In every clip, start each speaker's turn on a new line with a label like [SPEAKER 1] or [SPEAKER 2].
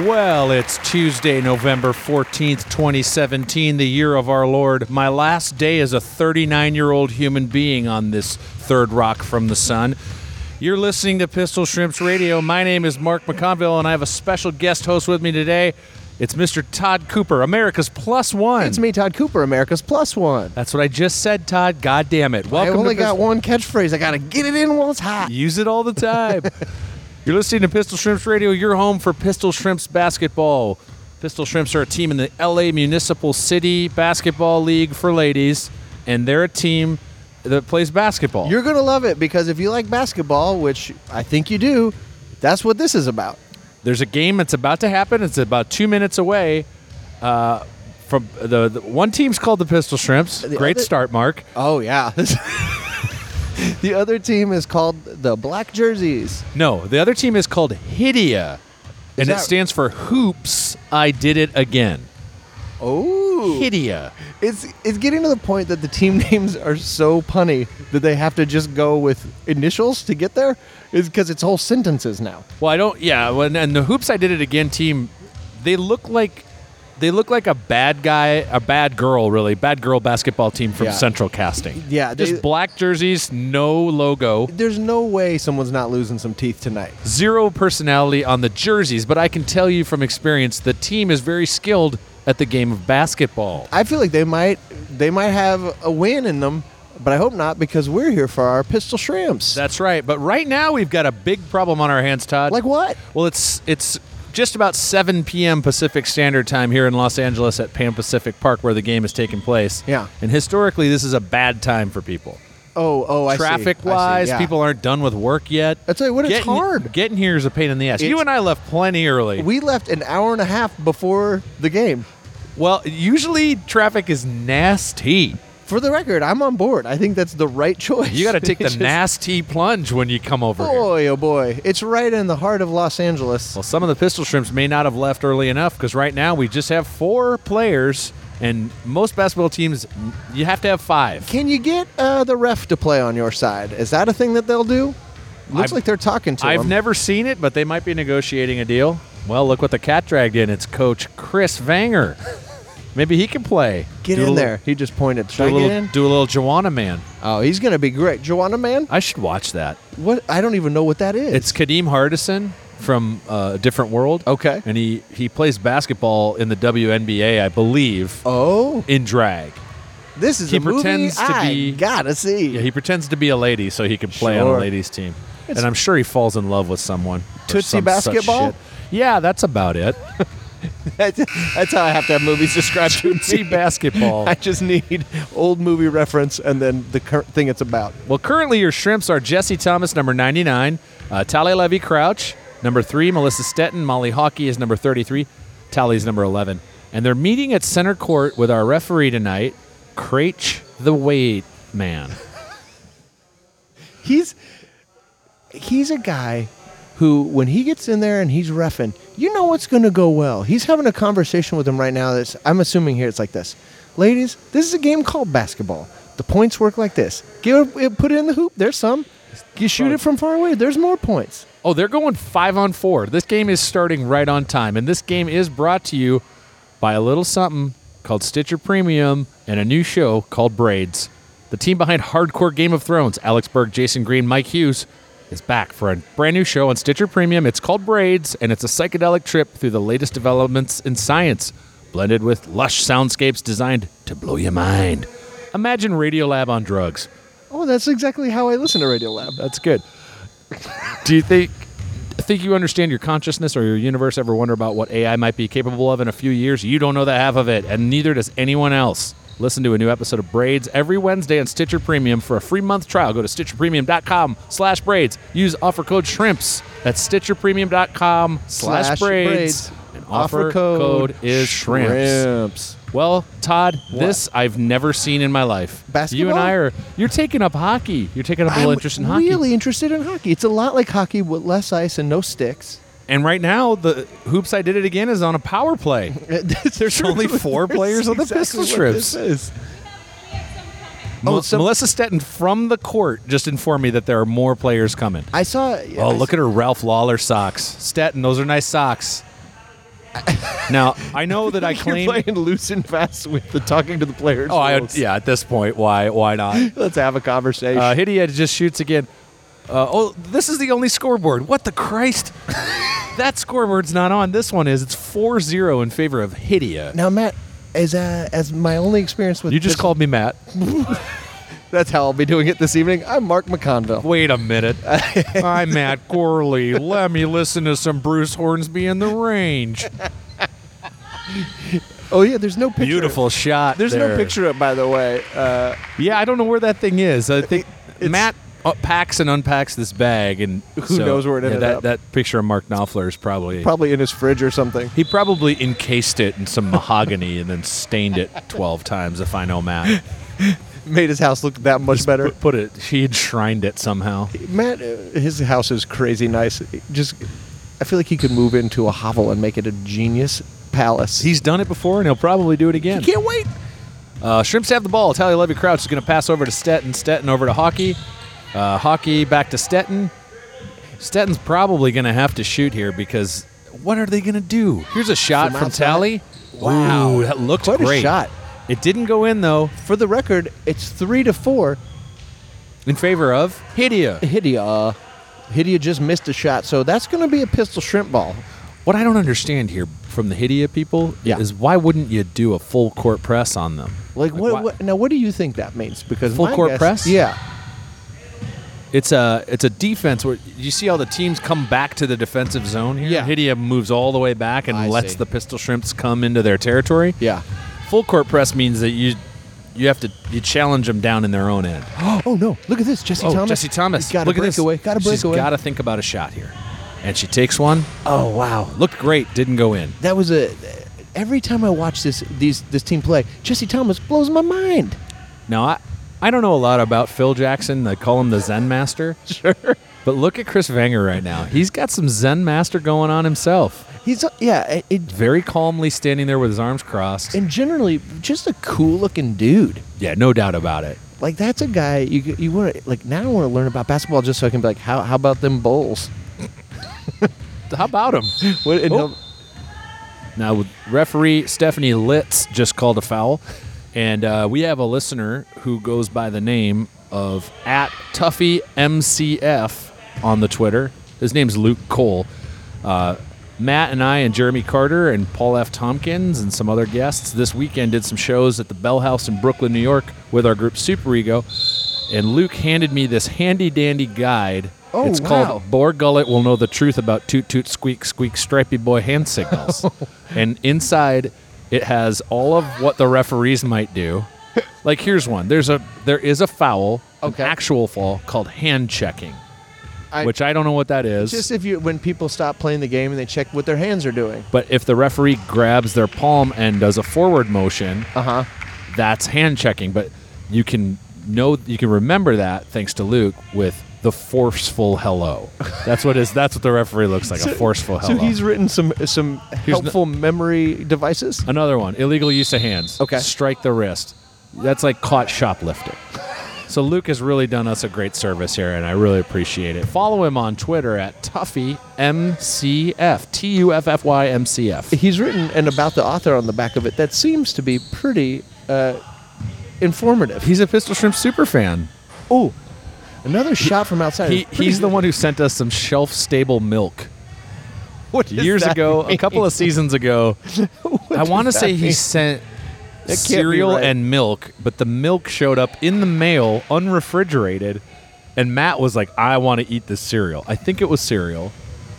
[SPEAKER 1] Well, it's Tuesday, November 14th, 2017, the year of our Lord. My last day as a 39 year old human being on this third rock from the sun. You're listening to Pistol Shrimps Radio. My name is Mark McConville, and I have a special guest host with me today. It's Mr. Todd Cooper, America's Plus One.
[SPEAKER 2] It's me, Todd Cooper, America's Plus One.
[SPEAKER 1] That's what I just said, Todd. God damn it.
[SPEAKER 2] I
[SPEAKER 1] Welcome
[SPEAKER 2] only
[SPEAKER 1] to
[SPEAKER 2] got
[SPEAKER 1] Pistol-
[SPEAKER 2] one catchphrase. I gotta get it in while it's hot.
[SPEAKER 1] Use it all the time. You're listening to Pistol Shrimps Radio, your home for Pistol Shrimps basketball. Pistol Shrimps are a team in the LA Municipal City Basketball League for ladies, and they're a team that plays basketball.
[SPEAKER 2] You're gonna love it because if you like basketball, which I think you do, that's what this is about.
[SPEAKER 1] There's a game that's about to happen. It's about two minutes away. Uh, from the, the one team's called the Pistol Shrimps. Great
[SPEAKER 2] other-
[SPEAKER 1] start, Mark.
[SPEAKER 2] Oh yeah. the other team is called the Black Jerseys.
[SPEAKER 1] No, the other team is called Hidia, and it
[SPEAKER 2] that-
[SPEAKER 1] stands for Hoops. I did it again.
[SPEAKER 2] Oh.
[SPEAKER 1] Hidia.
[SPEAKER 2] It's it's getting to the point that the team names are so punny that they have to just go with initials to get there. Is because it's whole sentences now.
[SPEAKER 1] Well, I don't. Yeah, when, and the hoops I did it again team, they look like they look like a bad guy, a bad girl, really bad girl basketball team from
[SPEAKER 2] Yeah.
[SPEAKER 1] Central Casting.
[SPEAKER 2] Yeah,
[SPEAKER 1] just
[SPEAKER 2] they-
[SPEAKER 1] black jerseys, no logo,
[SPEAKER 2] There's no way someone's not losing some teeth tonight.
[SPEAKER 1] zero personality on the jerseys. But I can tell you from experience, the team is very skilled at the game of basketball.
[SPEAKER 2] I feel like they might they might have a win in them, but I hope not because we're here for our pistol shrimps.
[SPEAKER 1] That's right. But right now we've got a big problem on our hands, Todd.
[SPEAKER 2] like what?
[SPEAKER 1] Well, it's it's just about 7 p.m. Pacific Standard Time here in Los Angeles at Pan Pacific Park, where the game is taking place.
[SPEAKER 2] Yeah.
[SPEAKER 1] And historically, this is a bad time for people.
[SPEAKER 2] Oh, oh, I see. I
[SPEAKER 1] Traffic-wise,
[SPEAKER 2] see, yeah.
[SPEAKER 1] people aren't done with work yet.
[SPEAKER 2] I tell you what, it's
[SPEAKER 1] Getting-
[SPEAKER 2] hard.
[SPEAKER 1] Getting here is a pain in the ass. you
[SPEAKER 2] It's-
[SPEAKER 1] and I left plenty early.
[SPEAKER 2] We left an hour and a half before the game.
[SPEAKER 1] well, usually traffic is nasty.
[SPEAKER 2] For the record, I'm on board. I think that's the right choice.
[SPEAKER 1] You got to take the
[SPEAKER 2] Just-
[SPEAKER 1] nasty plunge when you come over here.
[SPEAKER 2] Boy, oh boy, it's right in the heart of Los Angeles.
[SPEAKER 1] Well, some of the pistol shrimps may not have left early enough because right now we just have four players, and most basketball teams, you have to have five.
[SPEAKER 2] Can you get uh, the ref to play on your side? Is that a thing that they'll do? Looks
[SPEAKER 1] I've-
[SPEAKER 2] like they're talking to
[SPEAKER 1] I've
[SPEAKER 2] him.
[SPEAKER 1] never seen it, but they might be negotiating a deal. Well, look what the cat dragged in. It's Coach Chris Vanger. Maybe he can play.
[SPEAKER 2] get
[SPEAKER 1] Do a little-
[SPEAKER 2] in there. He just pointed.
[SPEAKER 1] Do
[SPEAKER 2] Should
[SPEAKER 1] a
[SPEAKER 2] I get
[SPEAKER 1] little,
[SPEAKER 2] in?
[SPEAKER 1] do a little Joanna man.
[SPEAKER 2] Oh, he's gonna be great. Joanna man,
[SPEAKER 1] I should watch that.
[SPEAKER 2] what? I don't even know what that is.
[SPEAKER 1] It's Kadeem Hardison from uh, a different world.
[SPEAKER 2] Okay.
[SPEAKER 1] and he he plays basketball in the WNBA, I believe,
[SPEAKER 2] Oh,
[SPEAKER 1] in drag.
[SPEAKER 2] this is
[SPEAKER 1] He
[SPEAKER 2] a movie
[SPEAKER 1] pretends to
[SPEAKER 2] I
[SPEAKER 1] be-
[SPEAKER 2] gotta see.
[SPEAKER 1] Yeah, he pretends to be a lady so he can play on a
[SPEAKER 2] Sure.
[SPEAKER 1] ladies' team.
[SPEAKER 2] It's-
[SPEAKER 1] and I'm sure he falls in love with someone. or
[SPEAKER 2] Tootsie
[SPEAKER 1] some such
[SPEAKER 2] Basketball?
[SPEAKER 1] shit. Yeah, that's about it.
[SPEAKER 2] that's, that's how I have to have movies described to
[SPEAKER 1] Tootsie
[SPEAKER 2] me.
[SPEAKER 1] basketball.
[SPEAKER 2] I just need old movie reference and then the current thing it's about.
[SPEAKER 1] Well, currently your shrimps are Jesse Thomas, number 99, uh, Tally Levy Crouch, number 3, Melissa Stetton, Molly Hockey is number 33, Tally's number 11. And they're meeting at center court with our referee tonight, Craich the Weight Man.
[SPEAKER 2] He's he's a guy who, when he gets in there and he's refing, you know what's going to go well. He's having a conversation with him right now. That's I'm assuming here it's like this, ladies. This is a game called basketball. The points work like this. Give it, put it in the hoop. There's some. You shoot it from far away. There's more points.
[SPEAKER 1] Oh, they're going five on four. This game is starting right on time, and this game is brought to you by a little something called Stitcher Premium and a new show called Braids. The team behind Hardcore Game of Thrones, Alex Berg, Jason Green, Mike Hughes, is back for a brand new show on Stitcher Premium. It's called Braids, and it's a psychedelic trip through the latest developments in science, blended with lush soundscapes designed to blow your mind. Imagine Radiolab on drugs.
[SPEAKER 2] Oh, that's exactly how I listen to Radio Lab.
[SPEAKER 1] That's good. Do you think think you understand your consciousness or your universe? Ever wonder about what AI might be capable of in a few years? You don't know the half of it, and neither does anyone else. Listen to a new episode of Braids every Wednesday on Stitcher Premium for a free month trial. Go to stitcherpremium.com slash braids. Use offer code shrimps. That's stitcherpremium.com slash
[SPEAKER 2] Slash
[SPEAKER 1] braids.
[SPEAKER 2] braids.
[SPEAKER 1] And offer, code, is shrimps. Well, Todd, this I've never seen in my life. You
[SPEAKER 2] Basketball?
[SPEAKER 1] and I are you're taking up hockey. You're taking up a little
[SPEAKER 2] I'm
[SPEAKER 1] interest in hockey.
[SPEAKER 2] really interested in hockey. It's a lot like hockey with less ice and no sticks.
[SPEAKER 1] And right now, the hoops I did it again is on a power play.
[SPEAKER 2] Oh, There's
[SPEAKER 1] only four players on the Pistol Shrimps. Mel-
[SPEAKER 2] so-
[SPEAKER 1] Melissa Stetton from the court just informed me that there are more players coming.
[SPEAKER 2] I saw.
[SPEAKER 1] oh, look at her Ralph Lawler socks. Stetton, those are nice socks. Now I know that I
[SPEAKER 2] You're
[SPEAKER 1] claim.
[SPEAKER 2] playing loose and fast with the talking to the players.
[SPEAKER 1] Oh, I,
[SPEAKER 2] rules.
[SPEAKER 1] yeah. At this point, why why not?
[SPEAKER 2] Let's have a conversation.
[SPEAKER 1] Uh, Hidea just shoots again. Uh, oh, this is the only scoreboard. What the Christ? that scoreboard's not on. This one is. It's 4-0 in favor of Hidea.
[SPEAKER 2] now, Matt, as uh, as my only experience with
[SPEAKER 1] you just
[SPEAKER 2] this-
[SPEAKER 1] called me Matt.
[SPEAKER 2] That's how I'll be doing it this evening. I'm Mark McConville.
[SPEAKER 1] Wait a minute. I'm Matt Gorley. Let me listen to some Bruce Hornsby in the range.
[SPEAKER 2] Oh yeah, there's no picture.
[SPEAKER 1] Beautiful shot.
[SPEAKER 2] There's no
[SPEAKER 1] there.
[SPEAKER 2] picture up, by the way. Uh,
[SPEAKER 1] Yeah, I don't know where that thing is. I think
[SPEAKER 2] it's-
[SPEAKER 1] Matt uh, packs and unpacks this bag, and
[SPEAKER 2] Who
[SPEAKER 1] so-
[SPEAKER 2] knows where it
[SPEAKER 1] yeah,
[SPEAKER 2] ended
[SPEAKER 1] that,
[SPEAKER 2] up.
[SPEAKER 1] That picture of Mark Knopfler is probably,
[SPEAKER 2] probably in his fridge or something.
[SPEAKER 1] he probably encased it in some mahogany and then stained it twelve times. If I know Matt,
[SPEAKER 2] Made his house look that much better.
[SPEAKER 1] put it. He enshrined it somehow.
[SPEAKER 2] Matt, uh, his house is crazy nice. Just, I feel like he could move into a hovel and make it a genius palace.
[SPEAKER 1] He's done it before, and he'll probably do it again.
[SPEAKER 2] can't wait.
[SPEAKER 1] Uh, Shrimps have the ball. Tally Levy Crouch is going to pass over to Stetton. Stetton over to Hockey. Uh, Hockey back to Stetton. Stetton's probably going to have to shoot here because what are they going to do? Here's a shot
[SPEAKER 2] From
[SPEAKER 1] from,
[SPEAKER 2] outside?
[SPEAKER 1] Tally.
[SPEAKER 2] Wow.
[SPEAKER 1] Ooh, that looked
[SPEAKER 2] Quite a
[SPEAKER 1] great.
[SPEAKER 2] shot.
[SPEAKER 1] It didn't go in though.
[SPEAKER 2] For the record, it's three to four.
[SPEAKER 1] In favor of Hidea.
[SPEAKER 2] Hidea, Hidea just missed a shot, so that's going to be a pistol shrimp ball.
[SPEAKER 1] What I don't understand here from the Hidea people
[SPEAKER 2] Yeah.
[SPEAKER 1] is why wouldn't you do a full court press on them?
[SPEAKER 2] Like what,
[SPEAKER 1] why-
[SPEAKER 2] what? Now, what do you think that means? Because
[SPEAKER 1] Full
[SPEAKER 2] my
[SPEAKER 1] court
[SPEAKER 2] guess-
[SPEAKER 1] press?
[SPEAKER 2] Yeah,
[SPEAKER 1] It's a it's a defense where you see all the teams come back to the defensive zone here.
[SPEAKER 2] Yeah.
[SPEAKER 1] Hidea moves all the way back and
[SPEAKER 2] I
[SPEAKER 1] lets
[SPEAKER 2] see.
[SPEAKER 1] the pistol shrimps come into their territory.
[SPEAKER 2] yeah.
[SPEAKER 1] Full court press means that you you have to you challenge them down in their own end.
[SPEAKER 2] Oh no! Look at this, Jesse
[SPEAKER 1] oh,
[SPEAKER 2] Thomas.
[SPEAKER 1] Jesse Thomas!
[SPEAKER 2] Got a
[SPEAKER 1] look at this.
[SPEAKER 2] breakaway. Got a
[SPEAKER 1] She's
[SPEAKER 2] breakaway.
[SPEAKER 1] got to think about a shot here, and she takes one.
[SPEAKER 2] oh wow!
[SPEAKER 1] Looked great, didn't go in.
[SPEAKER 2] That was a. Every time I watch this, these this team play, Jesse Thomas blows my mind.
[SPEAKER 1] Now I I don't know a lot about Phil Jackson. They call him the Zen Master. Sure. But look at Chris Vanger right now. He's got some Zen Master going on himself.
[SPEAKER 2] He's yeah, it,
[SPEAKER 1] Very calmly standing there with his arms crossed.
[SPEAKER 2] and generally just a cool looking dude.
[SPEAKER 1] Yeah, no doubt about it.
[SPEAKER 2] Like that's a guy you you want to like. Now I want to learn about basketball just so I can be like, how how about them bowls?
[SPEAKER 1] How about him?
[SPEAKER 2] What, and
[SPEAKER 1] Oh.
[SPEAKER 2] he'll-
[SPEAKER 1] Now, with referee Stephanie Litz just called a foul, and uh, we have a listener who goes by the name of at Tuffy MCF on the Twitter. His name's Luke Cole. Uh, Matt and I and Jeremy Carter and Paul F. Tompkins and some other guests this weekend did some shows at the Bell House in Brooklyn, New York, with our group Super Ego. And Luke handed me this handy dandy guide.
[SPEAKER 2] Oh,
[SPEAKER 1] it's
[SPEAKER 2] wow.
[SPEAKER 1] called Boar Gullet will know the truth about toot toot squeak squeak stripy boy hand signals. and inside it has all of what the referees might do. Like here's one. There's a there is a foul,
[SPEAKER 2] Okay.
[SPEAKER 1] an actual foul called hand checking,
[SPEAKER 2] I-
[SPEAKER 1] which I don't know what that is.
[SPEAKER 2] just if you when people stop playing the game and they check what their hands are doing.
[SPEAKER 1] but if the referee grabs their palm and does a forward motion,
[SPEAKER 2] Uh huh.
[SPEAKER 1] that's hand checking, but you can know you can remember that thanks to Luke with the forceful hello. That's what is that's what the referee looks like, a forceful hello.
[SPEAKER 2] So he's written some some
[SPEAKER 1] uh. Here's
[SPEAKER 2] helpful memory devices.
[SPEAKER 1] Another one, illegal use of hands.
[SPEAKER 2] Okay.
[SPEAKER 1] Strike the wrist. That's like caught shoplifting. So Luke has really done us a great service here, and I really appreciate it. Follow him on Twitter at Tuffy MCF. T U F F Y M C F.
[SPEAKER 2] he's written and about the author on the back of it that seems to be pretty uh, informative.
[SPEAKER 1] He's a Pistol Shrimp super fan.
[SPEAKER 2] Oh, another shot from outside.
[SPEAKER 1] He, he's the one who sent us some shelf stable milk years ago, a couple of seasons ago. I want to say he sent
[SPEAKER 2] be
[SPEAKER 1] cereal
[SPEAKER 2] right.
[SPEAKER 1] and milk, but the milk showed up in the mail unrefrigerated, and Matt was like, "I want to eat this cereal." I think it was cereal.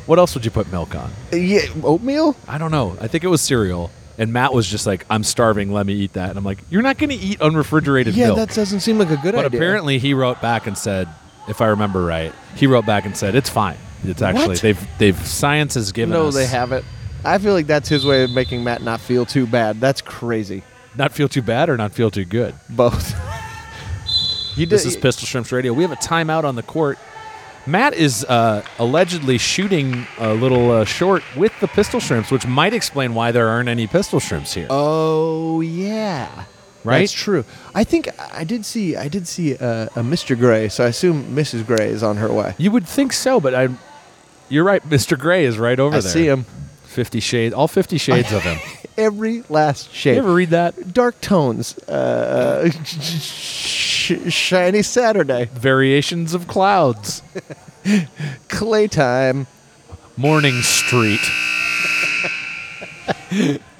[SPEAKER 1] What else would you put milk on?
[SPEAKER 2] yeah, oatmeal.
[SPEAKER 1] I don't know. I think it was cereal. And Matt was just like, "I'm starving. Let me eat that." And I'm like, "You're not going to eat unrefrigerated
[SPEAKER 2] Yeah,
[SPEAKER 1] milk."
[SPEAKER 2] that doesn't seem like a good
[SPEAKER 1] but
[SPEAKER 2] idea.
[SPEAKER 1] apparently, he wrote back and said, "If I remember right, he wrote back and said it's fine. It's actually
[SPEAKER 2] What?
[SPEAKER 1] they've they've science has given
[SPEAKER 2] no,
[SPEAKER 1] us
[SPEAKER 2] they haven't. I feel like that's his way of making Matt not feel too bad. That's crazy.
[SPEAKER 1] not feel too bad or not feel too good."
[SPEAKER 2] Both. you did.
[SPEAKER 1] This is Pistol Shrimps Radio. We have a timeout on the court. Matt is uh, allegedly shooting a little uh, short with the pistol shrimps, which might explain why there aren't any pistol shrimps here.
[SPEAKER 2] Oh yeah.
[SPEAKER 1] Right?
[SPEAKER 2] That's true. I think I did see I did see uh, a Mr. Gray, so I assume Mrs. Gray is on her way.
[SPEAKER 1] you would think so, but I, you're right. Mr. Gray is right over
[SPEAKER 2] I
[SPEAKER 1] there.
[SPEAKER 2] see him.
[SPEAKER 1] Fifty Shades, all Fifty Shades of him.
[SPEAKER 2] Every last shade.
[SPEAKER 1] You ever read that?
[SPEAKER 2] Dark tones. Uh, sh- shiny Saturday.
[SPEAKER 1] Variations of Clouds,
[SPEAKER 2] Clay time.
[SPEAKER 1] Morning Street,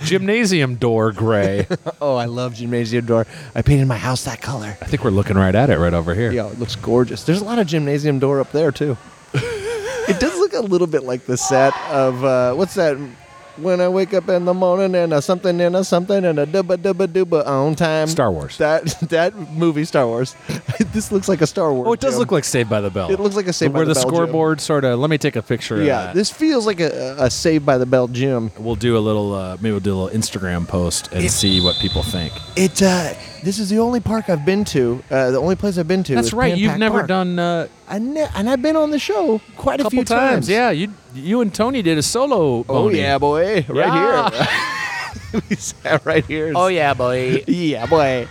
[SPEAKER 1] Gymnasium Door Gray.
[SPEAKER 2] Oh, I love gymnasium door. I painted my house that color.
[SPEAKER 1] I think we're looking right at it right over here.
[SPEAKER 2] Yo, it looks gorgeous. There's a lot of gymnasium door up there too. it does look a little bit like the set of uh, what's that? When I wake up in the morning and a something and a something and a dubba dubba dubba on time.
[SPEAKER 1] Star Wars.
[SPEAKER 2] That that movie Star Wars. this looks like a Star Wars.
[SPEAKER 1] Oh, it does
[SPEAKER 2] gym.
[SPEAKER 1] look like Saved by the Bell.
[SPEAKER 2] It looks like a Saved by
[SPEAKER 1] Where
[SPEAKER 2] the
[SPEAKER 1] the
[SPEAKER 2] Bell gym.
[SPEAKER 1] scoreboard sort of. Let me take a picture. of
[SPEAKER 2] Yeah,
[SPEAKER 1] that.
[SPEAKER 2] this feels like a, a Saved by the Bell gym.
[SPEAKER 1] We'll do a little. Uh, maybe we'll do a little Instagram post and see what people think.
[SPEAKER 2] It. Uh, this is the only park I've been to. Uh, the only place I've been to.
[SPEAKER 1] That's
[SPEAKER 2] is
[SPEAKER 1] right.
[SPEAKER 2] Pan
[SPEAKER 1] You've
[SPEAKER 2] Pac
[SPEAKER 1] never
[SPEAKER 2] Park.
[SPEAKER 1] done uh,
[SPEAKER 2] I ne- and I've been on the show quite
[SPEAKER 1] a
[SPEAKER 2] a, few
[SPEAKER 1] couple times. Yeah, you you and Tony did a solo.
[SPEAKER 2] Oh yeah, boy, right
[SPEAKER 1] Yeah. Oh,
[SPEAKER 2] here. we sat right here.
[SPEAKER 1] yeah, boy.
[SPEAKER 2] Oh, yeah, boy.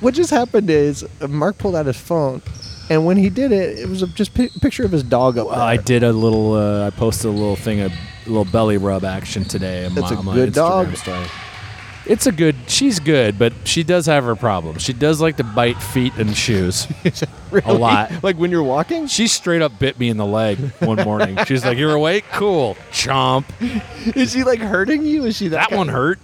[SPEAKER 2] What just happened is uh, Mark pulled out his phone, and when he did it, it was a, just pi- picture of his dog up
[SPEAKER 1] Well, I
[SPEAKER 2] there.
[SPEAKER 1] did a little. Uh, I posted a little thing, a little belly rub action today. on
[SPEAKER 2] That's
[SPEAKER 1] my-
[SPEAKER 2] a
[SPEAKER 1] on my
[SPEAKER 2] good
[SPEAKER 1] Instagram
[SPEAKER 2] dog.
[SPEAKER 1] Story. It's a good. She's good, but she does have her problems. She does like to bite feet and shoes a lot.
[SPEAKER 2] Like when you're walking,
[SPEAKER 1] She straight up bit me in the leg one morning. She's like, "You're awake? Cool, chomp."
[SPEAKER 2] is she like hurting you? Is she that,
[SPEAKER 1] That one hurt.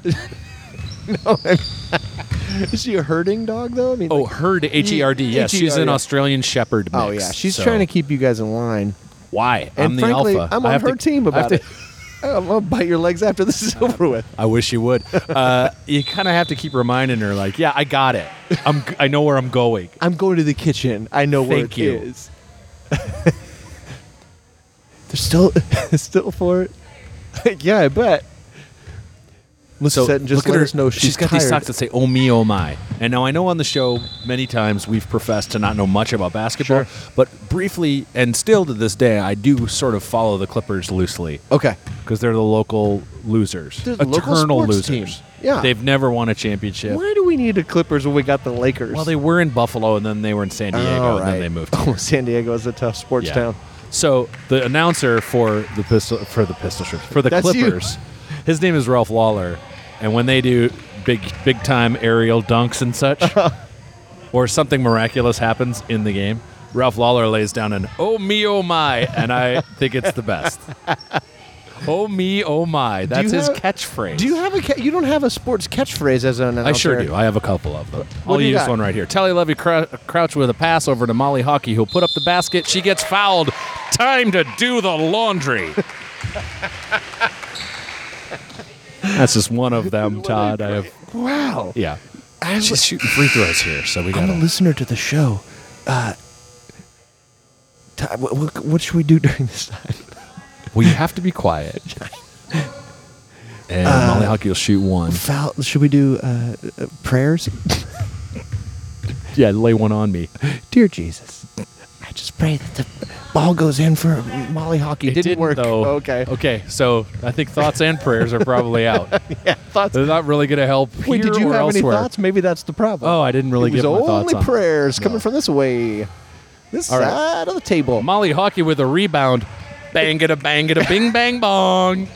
[SPEAKER 2] Is she a herding dog though? I mean,
[SPEAKER 1] Oh,
[SPEAKER 2] like-
[SPEAKER 1] herd H E R D. Yes, she's
[SPEAKER 2] H E R D.
[SPEAKER 1] an Australian Shepherd.
[SPEAKER 2] oh
[SPEAKER 1] mix,
[SPEAKER 2] yeah, she's
[SPEAKER 1] so-
[SPEAKER 2] trying to keep you guys in line.
[SPEAKER 1] Why?
[SPEAKER 2] And
[SPEAKER 1] I'm the
[SPEAKER 2] frankly,
[SPEAKER 1] alpha.
[SPEAKER 2] I'm
[SPEAKER 1] I
[SPEAKER 2] on
[SPEAKER 1] have
[SPEAKER 2] her
[SPEAKER 1] to-
[SPEAKER 2] team
[SPEAKER 1] I have
[SPEAKER 2] about
[SPEAKER 1] to-
[SPEAKER 2] it. I'm gonna bite your legs after this is over with.
[SPEAKER 1] I wish you would. Uh, you kind of have to keep reminding her, like, yeah, I got it. I'm. g- I know where I'm going.
[SPEAKER 2] I'm going to the kitchen. I know where
[SPEAKER 1] Thank
[SPEAKER 2] it
[SPEAKER 1] you.
[SPEAKER 2] is. They're still still for it. yeah, I bet. Let's
[SPEAKER 1] So
[SPEAKER 2] set and just
[SPEAKER 1] look
[SPEAKER 2] let
[SPEAKER 1] at her.
[SPEAKER 2] us know she's,
[SPEAKER 1] she's got
[SPEAKER 2] tired.
[SPEAKER 1] these socks that say "Oh me, oh my." And now I know on the show many times we've professed to not know much about basketball,
[SPEAKER 2] Sure.
[SPEAKER 1] but briefly and still to this day, I do sort of follow the Clippers loosely.
[SPEAKER 2] Okay.
[SPEAKER 1] because they're the local losers,
[SPEAKER 2] They're the local
[SPEAKER 1] eternal
[SPEAKER 2] sports
[SPEAKER 1] losers.
[SPEAKER 2] team. Yeah.
[SPEAKER 1] they've never won a championship.
[SPEAKER 2] Why do we need the Clippers when we got the Lakers?
[SPEAKER 1] Well, they were in Buffalo, and then they were in San Diego,
[SPEAKER 2] All
[SPEAKER 1] and then
[SPEAKER 2] right.
[SPEAKER 1] they moved.
[SPEAKER 2] Oh, San Diego is a tough sports
[SPEAKER 1] Yeah.
[SPEAKER 2] town.
[SPEAKER 1] So the announcer for the pistol for the pistol Shrimp- for the
[SPEAKER 2] That's you.
[SPEAKER 1] Clippers, his name is Ralph Lawler, and when they do big big time aerial dunks and such, or something miraculous happens in the game, Ralph Lawler lays down an "Oh me, oh my," and I think it's the best. Oh me, oh my! That's
[SPEAKER 2] you
[SPEAKER 1] his
[SPEAKER 2] have-
[SPEAKER 1] catchphrase.
[SPEAKER 2] Do you have a ca- you don't have a sports catchphrase as an announcer?
[SPEAKER 1] I sure do. I have a couple of them.
[SPEAKER 2] What
[SPEAKER 1] I'll
[SPEAKER 2] do you
[SPEAKER 1] use
[SPEAKER 2] got?
[SPEAKER 1] one right here. Tally Levy crou- Crouch with a pass over to Molly Hockey, who'll put up the basket. She gets fouled. Time to do the laundry. That's just one of them, Todd. I have.
[SPEAKER 2] Wow.
[SPEAKER 1] Yeah.
[SPEAKER 2] I was-
[SPEAKER 1] She's shooting free throws here, so we got
[SPEAKER 2] I'm a
[SPEAKER 1] to.
[SPEAKER 2] listener to the show. Uh, Ty, what, what, what should we do during this time?
[SPEAKER 1] Well, you have to be quiet. And Molly Hockey will shoot one.
[SPEAKER 2] Foul, should we do uh, uh, prayers?
[SPEAKER 1] Yeah, lay one on me.
[SPEAKER 2] Dear Jesus, I just pray that the ball goes in for Molly Hockey.
[SPEAKER 1] It
[SPEAKER 2] didn't, work.
[SPEAKER 1] Though.
[SPEAKER 2] Okay.
[SPEAKER 1] Okay. So I think thoughts and prayers are probably out.
[SPEAKER 2] Yeah, thoughts.
[SPEAKER 1] They're not really going to help.
[SPEAKER 2] Wait,
[SPEAKER 1] here
[SPEAKER 2] did you
[SPEAKER 1] or
[SPEAKER 2] have any
[SPEAKER 1] elsewhere.
[SPEAKER 2] thoughts? Maybe that's the problem.
[SPEAKER 1] Oh, I didn't really
[SPEAKER 2] it was
[SPEAKER 1] get my thoughts
[SPEAKER 2] only
[SPEAKER 1] on.
[SPEAKER 2] prayers
[SPEAKER 1] No.
[SPEAKER 2] coming from this way, this
[SPEAKER 1] All right.
[SPEAKER 2] side of the table.
[SPEAKER 1] Molly Hockey with a rebound. Bang it a bang it a bing bang bong.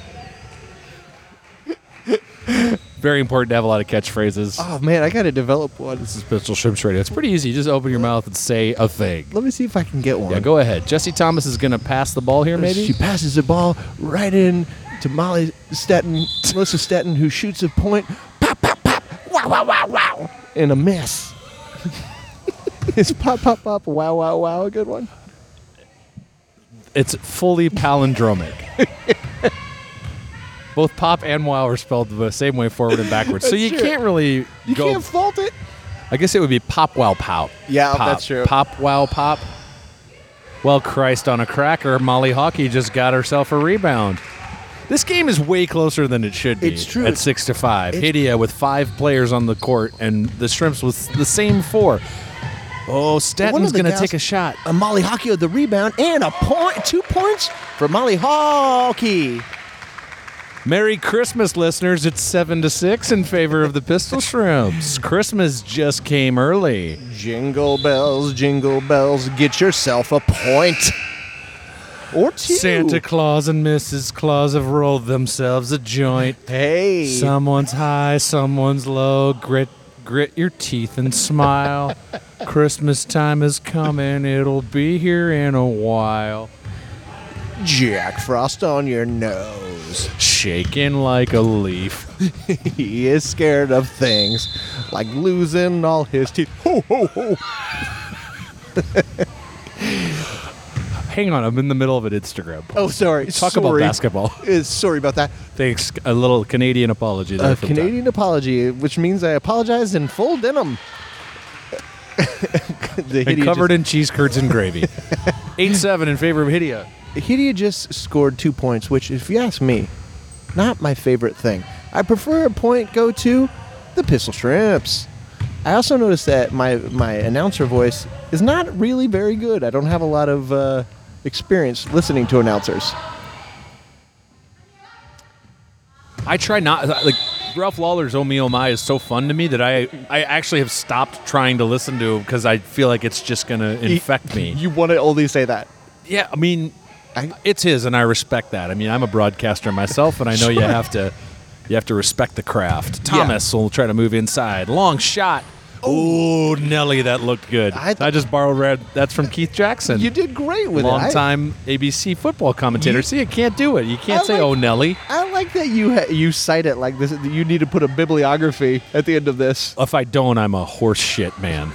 [SPEAKER 1] Very important to have a lot of catchphrases.
[SPEAKER 2] oh man, I gotta develop one.
[SPEAKER 1] This is Pistol Shrimps Radio. It's pretty easy. You just open your mouth and say a thing.
[SPEAKER 2] Let me see if I can get one.
[SPEAKER 1] Yeah, go ahead. Jesse Thomas is going to pass the ball here, maybe?
[SPEAKER 2] She passes the ball right in to Molly Stetton, Melissa Stetton, who shoots a point. Pop, pop, pop. Wow, wow, wow, wow. And a miss. it's pop, pop, pop. Wow, wow, wow. A good one.
[SPEAKER 1] It's fully palindromic. Both pop and wow are spelled the same way forward and backwards. So
[SPEAKER 2] That's
[SPEAKER 1] you
[SPEAKER 2] true.
[SPEAKER 1] can't really
[SPEAKER 2] You
[SPEAKER 1] go.
[SPEAKER 2] can't fault it.
[SPEAKER 1] I guess it would be pop wow pow.
[SPEAKER 2] Yeah,
[SPEAKER 1] pop.
[SPEAKER 2] that's true.
[SPEAKER 1] Pop wow pop. Well, Christ on a cracker, Molly Hockey just got herself a rebound. This game is way closer than it should be.
[SPEAKER 2] It's true.
[SPEAKER 1] At six to five,
[SPEAKER 2] It's-
[SPEAKER 1] Hidia with five players on the court, and the Shrimps with the same four. Oh, Stetton's
[SPEAKER 2] the
[SPEAKER 1] gonna
[SPEAKER 2] gals-
[SPEAKER 1] take a shot.
[SPEAKER 2] A Molly Hockey with the rebound and a point, two points for Molly Hockey.
[SPEAKER 1] Merry Christmas, listeners! It's seven to six in favor of the Pistol Shrimps. Christmas just came early.
[SPEAKER 2] Jingle bells, jingle bells, get yourself a point. or two.
[SPEAKER 1] Santa Claus and Mrs. Claus have rolled themselves a joint.
[SPEAKER 2] Hey.
[SPEAKER 1] Someone's high, someone's low. Grit grit your teeth and smile. Christmas time is coming. It'll be here in a while.
[SPEAKER 2] Jack Frost on your nose.
[SPEAKER 1] Shaking like a leaf.
[SPEAKER 2] He is scared of things like losing all his teeth. Ho, ho, ho.
[SPEAKER 1] Hang on, I'm in the middle of an Instagram. post.
[SPEAKER 2] Oh, sorry.
[SPEAKER 1] Talk
[SPEAKER 2] sorry.
[SPEAKER 1] about basketball.
[SPEAKER 2] Uh, Sorry about that.
[SPEAKER 1] Thanks. A little Canadian apology there.
[SPEAKER 2] A
[SPEAKER 1] from Tom.
[SPEAKER 2] Canadian apology, which means I apologize in full denim. the
[SPEAKER 1] And
[SPEAKER 2] Hidea
[SPEAKER 1] covered in cheese curds and gravy. 8 7 in favor of Hidea.
[SPEAKER 2] just, Hidea just scored two points, which, if you ask me, not my favorite thing. I prefer a point go to the pistol shrimps. I also noticed that my my announcer voice is not really very good. I don't have a lot of uh, experience listening to announcers.
[SPEAKER 1] I try not like Ralph Lawler's "Oh Me Oh My" is so fun to me that I I actually have stopped trying to listen to because I feel like it's just gonna infect me.
[SPEAKER 2] You want to only say that.
[SPEAKER 1] Yeah, I mean,
[SPEAKER 2] I-
[SPEAKER 1] it's his, and I respect that. I mean, I'm a broadcaster myself, and I know you
[SPEAKER 2] Sure.
[SPEAKER 1] have to you have to respect the craft. Thomas will try to move inside, long shot. Oh, Nelly, that looked good.
[SPEAKER 2] I
[SPEAKER 1] I,
[SPEAKER 2] th-
[SPEAKER 1] just borrowed red. That's from Keith Jackson.
[SPEAKER 2] You did great with it.
[SPEAKER 1] Long
[SPEAKER 2] I-
[SPEAKER 1] time ABC football commentator.
[SPEAKER 2] You-
[SPEAKER 1] See, you can't do it. You can't
[SPEAKER 2] I
[SPEAKER 1] say,
[SPEAKER 2] like-
[SPEAKER 1] "Oh, Nelly."
[SPEAKER 2] I like that you ha- you cite it like this. You need to put a bibliography at the end of this.
[SPEAKER 1] If I don't, I'm a horse shit man.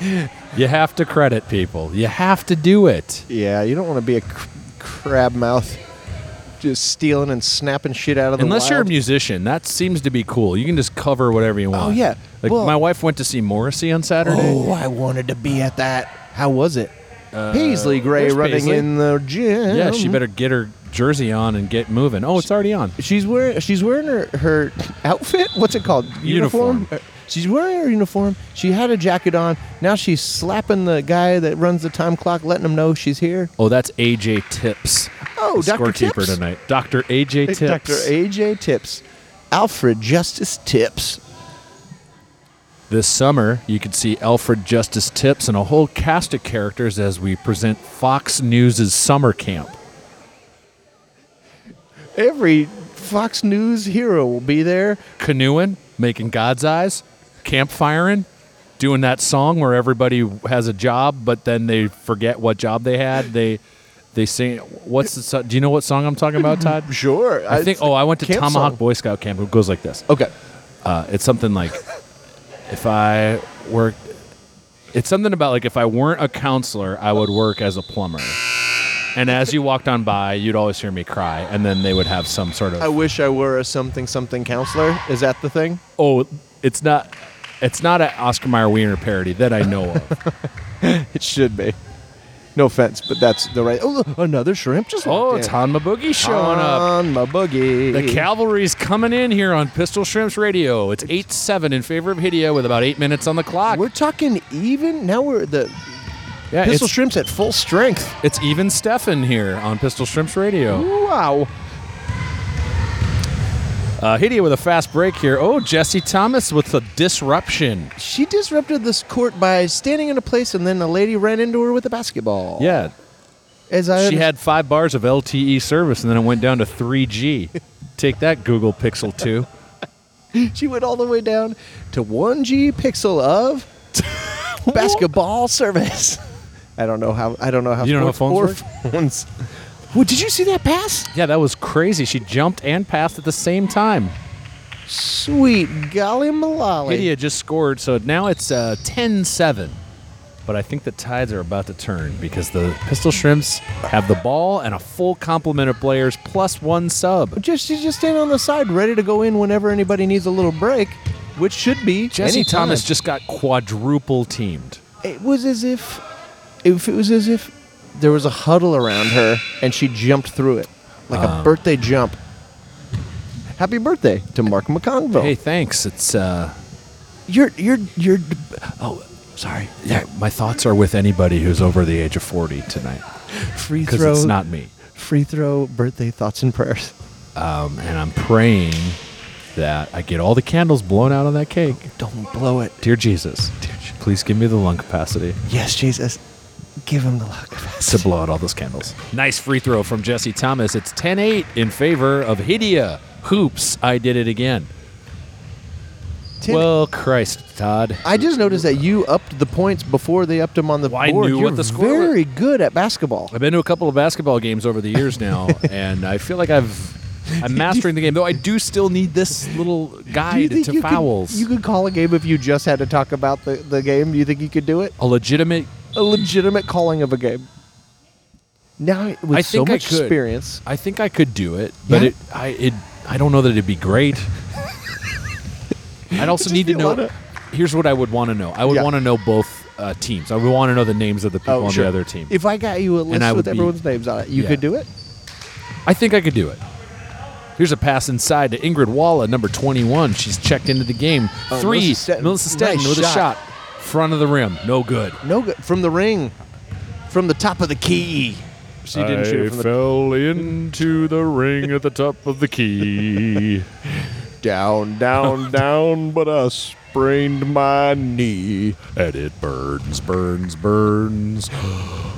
[SPEAKER 1] you have to credit people. You have to do it.
[SPEAKER 2] Yeah, you don't want to be a cr- crab mouth, just stealing and snapping shit out of the.
[SPEAKER 1] Unless you're a
[SPEAKER 2] wild. Oh,
[SPEAKER 1] musician, that seems to be cool. You can just cover whatever you want.
[SPEAKER 2] yeah.
[SPEAKER 1] Like
[SPEAKER 2] Well-
[SPEAKER 1] my wife went to see Morrissey on Saturday.
[SPEAKER 2] Oh, I wanted to be at that. How was it? Paisley
[SPEAKER 1] Uh,
[SPEAKER 2] Gray
[SPEAKER 1] where's
[SPEAKER 2] running
[SPEAKER 1] Paisley?
[SPEAKER 2] in the gym.
[SPEAKER 1] Yeah, she better get her jersey on and get moving. Oh, it's already on.
[SPEAKER 2] She's wearing she's wearing her, her outfit. What's it called?
[SPEAKER 1] Uniform.
[SPEAKER 2] Uh, She's wearing her uniform. She had a jacket on. Now she's slapping the guy that runs the time clock, letting him know she's here.
[SPEAKER 1] Oh, that's AJ Tips.
[SPEAKER 2] Oh,
[SPEAKER 1] the
[SPEAKER 2] Dr.
[SPEAKER 1] scorekeeper
[SPEAKER 2] Tips?
[SPEAKER 1] tonight. Dr. AJ Tips.
[SPEAKER 2] Dr. AJ Tips. Alfred Justice Tips.
[SPEAKER 1] This summer, you could see Alfred Justice Tips and a whole cast of characters as we present Fox News' summer camp.
[SPEAKER 2] Every Fox News hero will be there.
[SPEAKER 1] canoeing, making God's eyes, campfiring, doing that song where everybody has a job, but then they forget what job they had. They they sing. What's the? so- Do you know what song I'm talking about, Todd?
[SPEAKER 2] Sure.
[SPEAKER 1] I think. Oh, I went to
[SPEAKER 2] Camp
[SPEAKER 1] Tomahawk
[SPEAKER 2] song.
[SPEAKER 1] Boy Scout camp. It goes like this.
[SPEAKER 2] Okay.
[SPEAKER 1] Uh, it's something like, if I worked. It's something about like if I weren't a counselor, I would work as a plumber. And as you walked on by, you'd always hear me cry, and then they would have some sort of
[SPEAKER 2] I wish I were a something something counselor. Is that the thing?
[SPEAKER 1] oh, it's not, it's not an Oscar Mayer Wiener parody that I know of.
[SPEAKER 2] It should be. No offense, but that's the right. Oh, look, another shrimp just
[SPEAKER 1] oh,
[SPEAKER 2] walked
[SPEAKER 1] it's
[SPEAKER 2] in.
[SPEAKER 1] Han Mabugi showing up.
[SPEAKER 2] on my boogie.
[SPEAKER 1] The cavalry's coming in here on Pistol Shrimps Radio. It's eight seven in favor of Hideo with about eight minutes on the clock.
[SPEAKER 2] We're talking even now. We're the
[SPEAKER 1] yeah, Uh,
[SPEAKER 2] pistol
[SPEAKER 1] it's,
[SPEAKER 2] shrimps at full strength.
[SPEAKER 1] it's even Stefan here on Pistol Shrimps Radio.
[SPEAKER 2] Wow.
[SPEAKER 1] Uh, Hideo with a fast break here. Oh, Jesse Thomas with the disruption.
[SPEAKER 2] She disrupted this court by standing in a place, and then a lady ran into her with a basketball.
[SPEAKER 1] Yeah,
[SPEAKER 2] As I
[SPEAKER 1] she had five bars of LTE service and then it went down to three G. Take that, Google Pixel Two.
[SPEAKER 2] she went all the way down to one G pixel of basketball service. I don't know how. I don't know how.
[SPEAKER 1] You don't know how
[SPEAKER 2] sports or phones. Well, did you see that pass?
[SPEAKER 1] Yeah, that was crazy. She jumped and passed at the same time.
[SPEAKER 2] Sweet golly malolly.
[SPEAKER 1] Lydia just scored, so now it's uh, 10-7. But I think the tides are about to turn because the Pistol Shrimps have the ball and a full complement of players plus one sub.
[SPEAKER 2] Just she's just standing on the side, ready to go in whenever anybody needs a little break, which should be
[SPEAKER 1] Jesse
[SPEAKER 2] anytime.
[SPEAKER 1] Thomas just got quadruple teamed.
[SPEAKER 2] It was as if, if it was as if there was a huddle around her and she jumped through it like a birthday jump. Happy birthday to Mark McConville.
[SPEAKER 1] Hey, thanks. It's uh,
[SPEAKER 2] You're you're you're. Oh, sorry.
[SPEAKER 1] yeah, my thoughts are with anybody who's over the age of 40 tonight
[SPEAKER 2] Free
[SPEAKER 1] because
[SPEAKER 2] throw.
[SPEAKER 1] it's not me.
[SPEAKER 2] free throw. Birthday thoughts and prayers.
[SPEAKER 1] Um, and I'm praying that I get all the candles blown out on that cake.
[SPEAKER 2] Don't blow it.
[SPEAKER 1] Dear Jesus, please give me the lung capacity.
[SPEAKER 2] Yes, Jesus. Give him the luck.
[SPEAKER 1] to blow out all those candles. Nice free throw from Jesse Thomas. It's 10 8 in favor of Hidea. Hoops, I did it again.
[SPEAKER 2] Tim,
[SPEAKER 1] well, Christ, Todd.
[SPEAKER 2] I just noticed that you upped the points before they upped them on the
[SPEAKER 1] Well, I
[SPEAKER 2] board.
[SPEAKER 1] knew what
[SPEAKER 2] You're
[SPEAKER 1] the score was.
[SPEAKER 2] very good at basketball.
[SPEAKER 1] I've been to a couple of basketball games over the years now, and I feel like I've. I'm mastering the game, though I do still need this little guide to
[SPEAKER 2] you
[SPEAKER 1] fouls.
[SPEAKER 2] Could, you could call a game if you just had to talk about the, the game. Do you think you could do it?
[SPEAKER 1] a legitimate
[SPEAKER 2] A legitimate calling of a game. Now with
[SPEAKER 1] I
[SPEAKER 2] so
[SPEAKER 1] think I
[SPEAKER 2] much
[SPEAKER 1] could.
[SPEAKER 2] experience,
[SPEAKER 1] I think I could do it, but
[SPEAKER 2] Yeah?
[SPEAKER 1] it I it I don't know that it'd be great. I'd also need to
[SPEAKER 2] be a lot
[SPEAKER 1] know. Here's what I would want to know. I would
[SPEAKER 2] Yeah.
[SPEAKER 1] want to know both uh, teams. I would want to know the names of the people
[SPEAKER 2] Oh,
[SPEAKER 1] on
[SPEAKER 2] sure.
[SPEAKER 1] the other team.
[SPEAKER 2] if I got you a
[SPEAKER 1] I
[SPEAKER 2] list
[SPEAKER 1] would
[SPEAKER 2] with
[SPEAKER 1] be-
[SPEAKER 2] everyone's names on it, you
[SPEAKER 1] Yeah.
[SPEAKER 2] could do it.
[SPEAKER 1] I think I could do it. Here's a pass inside to Ingrid Walla, number 21. She's checked into the game.
[SPEAKER 2] Oh,
[SPEAKER 1] Three.
[SPEAKER 2] Melissa Stetton.
[SPEAKER 1] Melissa Stetton
[SPEAKER 2] Nice
[SPEAKER 1] with a shot.
[SPEAKER 2] shot.
[SPEAKER 1] Front of the rim. No good.
[SPEAKER 2] No good from the ring, from the top of the key. She didn't shoot it from the
[SPEAKER 1] fell into the ring at the top of the key.
[SPEAKER 2] down, down, down, but I sprained my knee.
[SPEAKER 1] and it burns, burns, burns.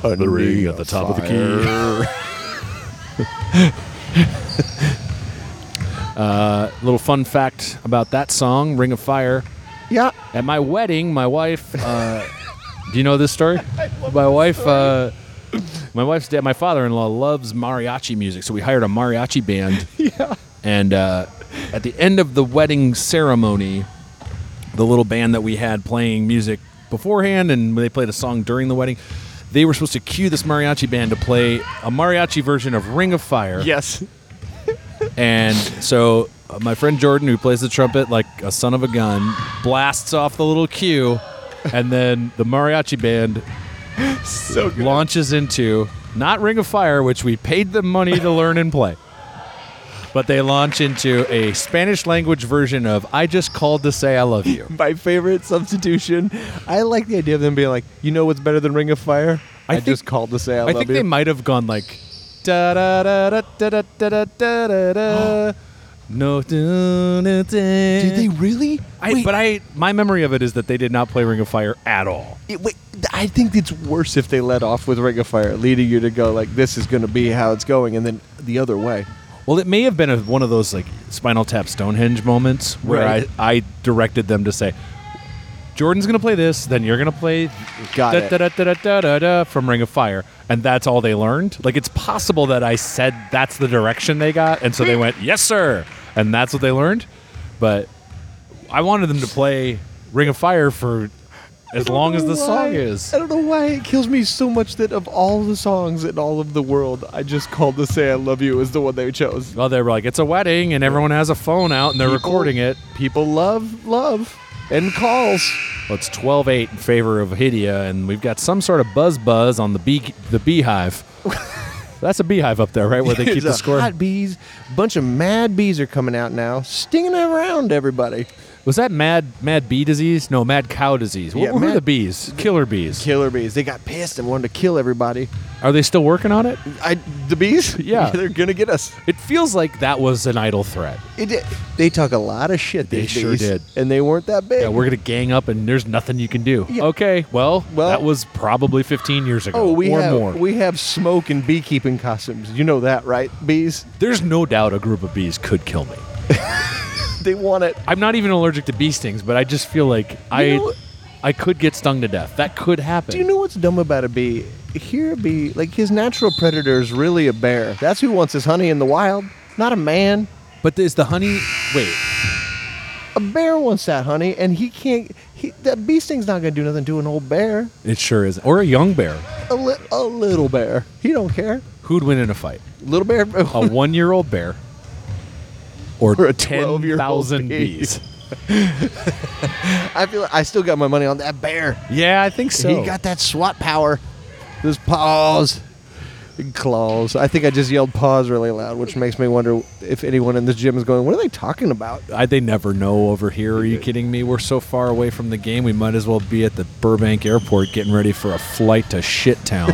[SPEAKER 2] The
[SPEAKER 1] ring at the top of the key. little fun fact about that song, Ring of Fire.
[SPEAKER 2] Yeah.
[SPEAKER 1] At my wedding, my wife. Uh, do you know this story? my wife. Uh, my wife's dad, my father-in-law, loves mariachi music, so we hired a mariachi band.
[SPEAKER 2] Yeah.
[SPEAKER 1] And uh, at the end of the wedding ceremony, the little band that we had playing music beforehand, and they played a song during the wedding. They were supposed to cue this mariachi band to play a mariachi version of Ring of Fire.
[SPEAKER 2] Yes.
[SPEAKER 1] And so uh, my friend Jordan, who plays the trumpet like a son of a gun, blasts off the little cue, and then the mariachi band
[SPEAKER 2] So good.
[SPEAKER 1] launches into not Ring of Fire, which we paid them money to learn and play, but they launch into a Spanish language version of "I Just Called to Say I Love You."
[SPEAKER 2] My favorite substitution. I like the idea of them being like, you know what's better than Ring of Fire?
[SPEAKER 1] I
[SPEAKER 2] I,
[SPEAKER 1] think-
[SPEAKER 2] just called to say I,
[SPEAKER 1] I,
[SPEAKER 2] love
[SPEAKER 1] think
[SPEAKER 2] you.
[SPEAKER 1] they might have gone like da da da da da da da da da da. No, did
[SPEAKER 2] Did they really?
[SPEAKER 1] I,
[SPEAKER 2] wait,
[SPEAKER 1] but I, my memory of it is that they did not play Ring of Fire at all.
[SPEAKER 2] it- wait, I think it's worse if they let off with Ring of Fire, leading you to go like, this is going to be how it's going, and then the other way.
[SPEAKER 1] Well, it may have been a, one of those like Spinal Tap Stonehenge moments where
[SPEAKER 2] Right.
[SPEAKER 1] I, I directed them to say, "Jordan's going to play this, then you're going to play
[SPEAKER 2] Got it.
[SPEAKER 1] da-da-da-da-da-da-da from Ring of Fire," and that's all they learned. Like it's possible that I said that's the direction they got, and so they went, "Yes, sir," and that's what they learned. But I wanted them to play Ring of Fire for as long as the song is.
[SPEAKER 2] I don't know why it kills me so much that of all the songs in all of the world, I just called to say I love you is the one they chose.
[SPEAKER 1] Well, they were like, it's a wedding, and everyone has a phone out, and they're
[SPEAKER 2] People-
[SPEAKER 1] recording it.
[SPEAKER 2] People love love and calls.
[SPEAKER 1] Well, it's 12 8 in favor of Hidea, and we've got some sort of buzz buzz on the bee, the beehive. That's a beehive up there, right? Where they keep
[SPEAKER 2] There's
[SPEAKER 1] the
[SPEAKER 2] a
[SPEAKER 1] score.
[SPEAKER 2] Hot bees, bunch of mad bees are coming out now, stinging around everybody.
[SPEAKER 1] Was that mad mad bee disease? No, mad cow disease. What
[SPEAKER 2] Yeah,
[SPEAKER 1] were
[SPEAKER 2] mad-
[SPEAKER 1] the bees? Killer bees.
[SPEAKER 2] Killer bees. They got pissed and wanted to kill everybody.
[SPEAKER 1] Are they still working on it?
[SPEAKER 2] I the bees?
[SPEAKER 1] Yeah.
[SPEAKER 2] they're gonna get us.
[SPEAKER 1] It feels like that was an idle threat.
[SPEAKER 2] It, they talk a lot of shit.
[SPEAKER 1] They
[SPEAKER 2] These
[SPEAKER 1] sure
[SPEAKER 2] bees,
[SPEAKER 1] did.
[SPEAKER 2] and they weren't that big.
[SPEAKER 1] Yeah, we're going to gang up, and there's nothing you can do.
[SPEAKER 2] Yeah.
[SPEAKER 1] Okay, well,
[SPEAKER 2] Well-
[SPEAKER 1] that was probably 15 years ago
[SPEAKER 2] Oh, we
[SPEAKER 1] or
[SPEAKER 2] have
[SPEAKER 1] more.
[SPEAKER 2] we have smoke and beekeeping costumes. You know that, right? Bees,
[SPEAKER 1] there's no doubt a group of bees could kill me.
[SPEAKER 2] they want it.
[SPEAKER 1] I'm not even allergic to bee stings, but I just feel like I
[SPEAKER 2] know-
[SPEAKER 1] I could get stung to death. That could happen.
[SPEAKER 2] Do you know what's dumb about a bee? Here, a bee, like his natural predator is really a bear. That's who wants his honey in the wild, not a man.
[SPEAKER 1] But is the honey wait.
[SPEAKER 2] A bear wants that honey, and he can't. He, that bee sting's not gonna do nothing to an old bear,
[SPEAKER 1] It sure is. Or a young bear.
[SPEAKER 2] a, li- a little bear. He don't care.
[SPEAKER 1] Who'd win in a fight?
[SPEAKER 2] Little bear. oh,
[SPEAKER 1] A one year old bear. Or,
[SPEAKER 2] Or a
[SPEAKER 1] 10,000
[SPEAKER 2] 12-year-old bee.
[SPEAKER 1] bees.
[SPEAKER 2] I feel. I still got my money on that bear.
[SPEAKER 1] Yeah, I think so.
[SPEAKER 2] He got that SWAT power. Those paws and claws. I think I just yelled paws really loud, which makes me wonder if anyone in this gym is going, what are they talking about?
[SPEAKER 1] I, they never know over here. Are you kidding me? We're so far away from the game. We might as well be at the Burbank airport getting ready for a flight to shit town.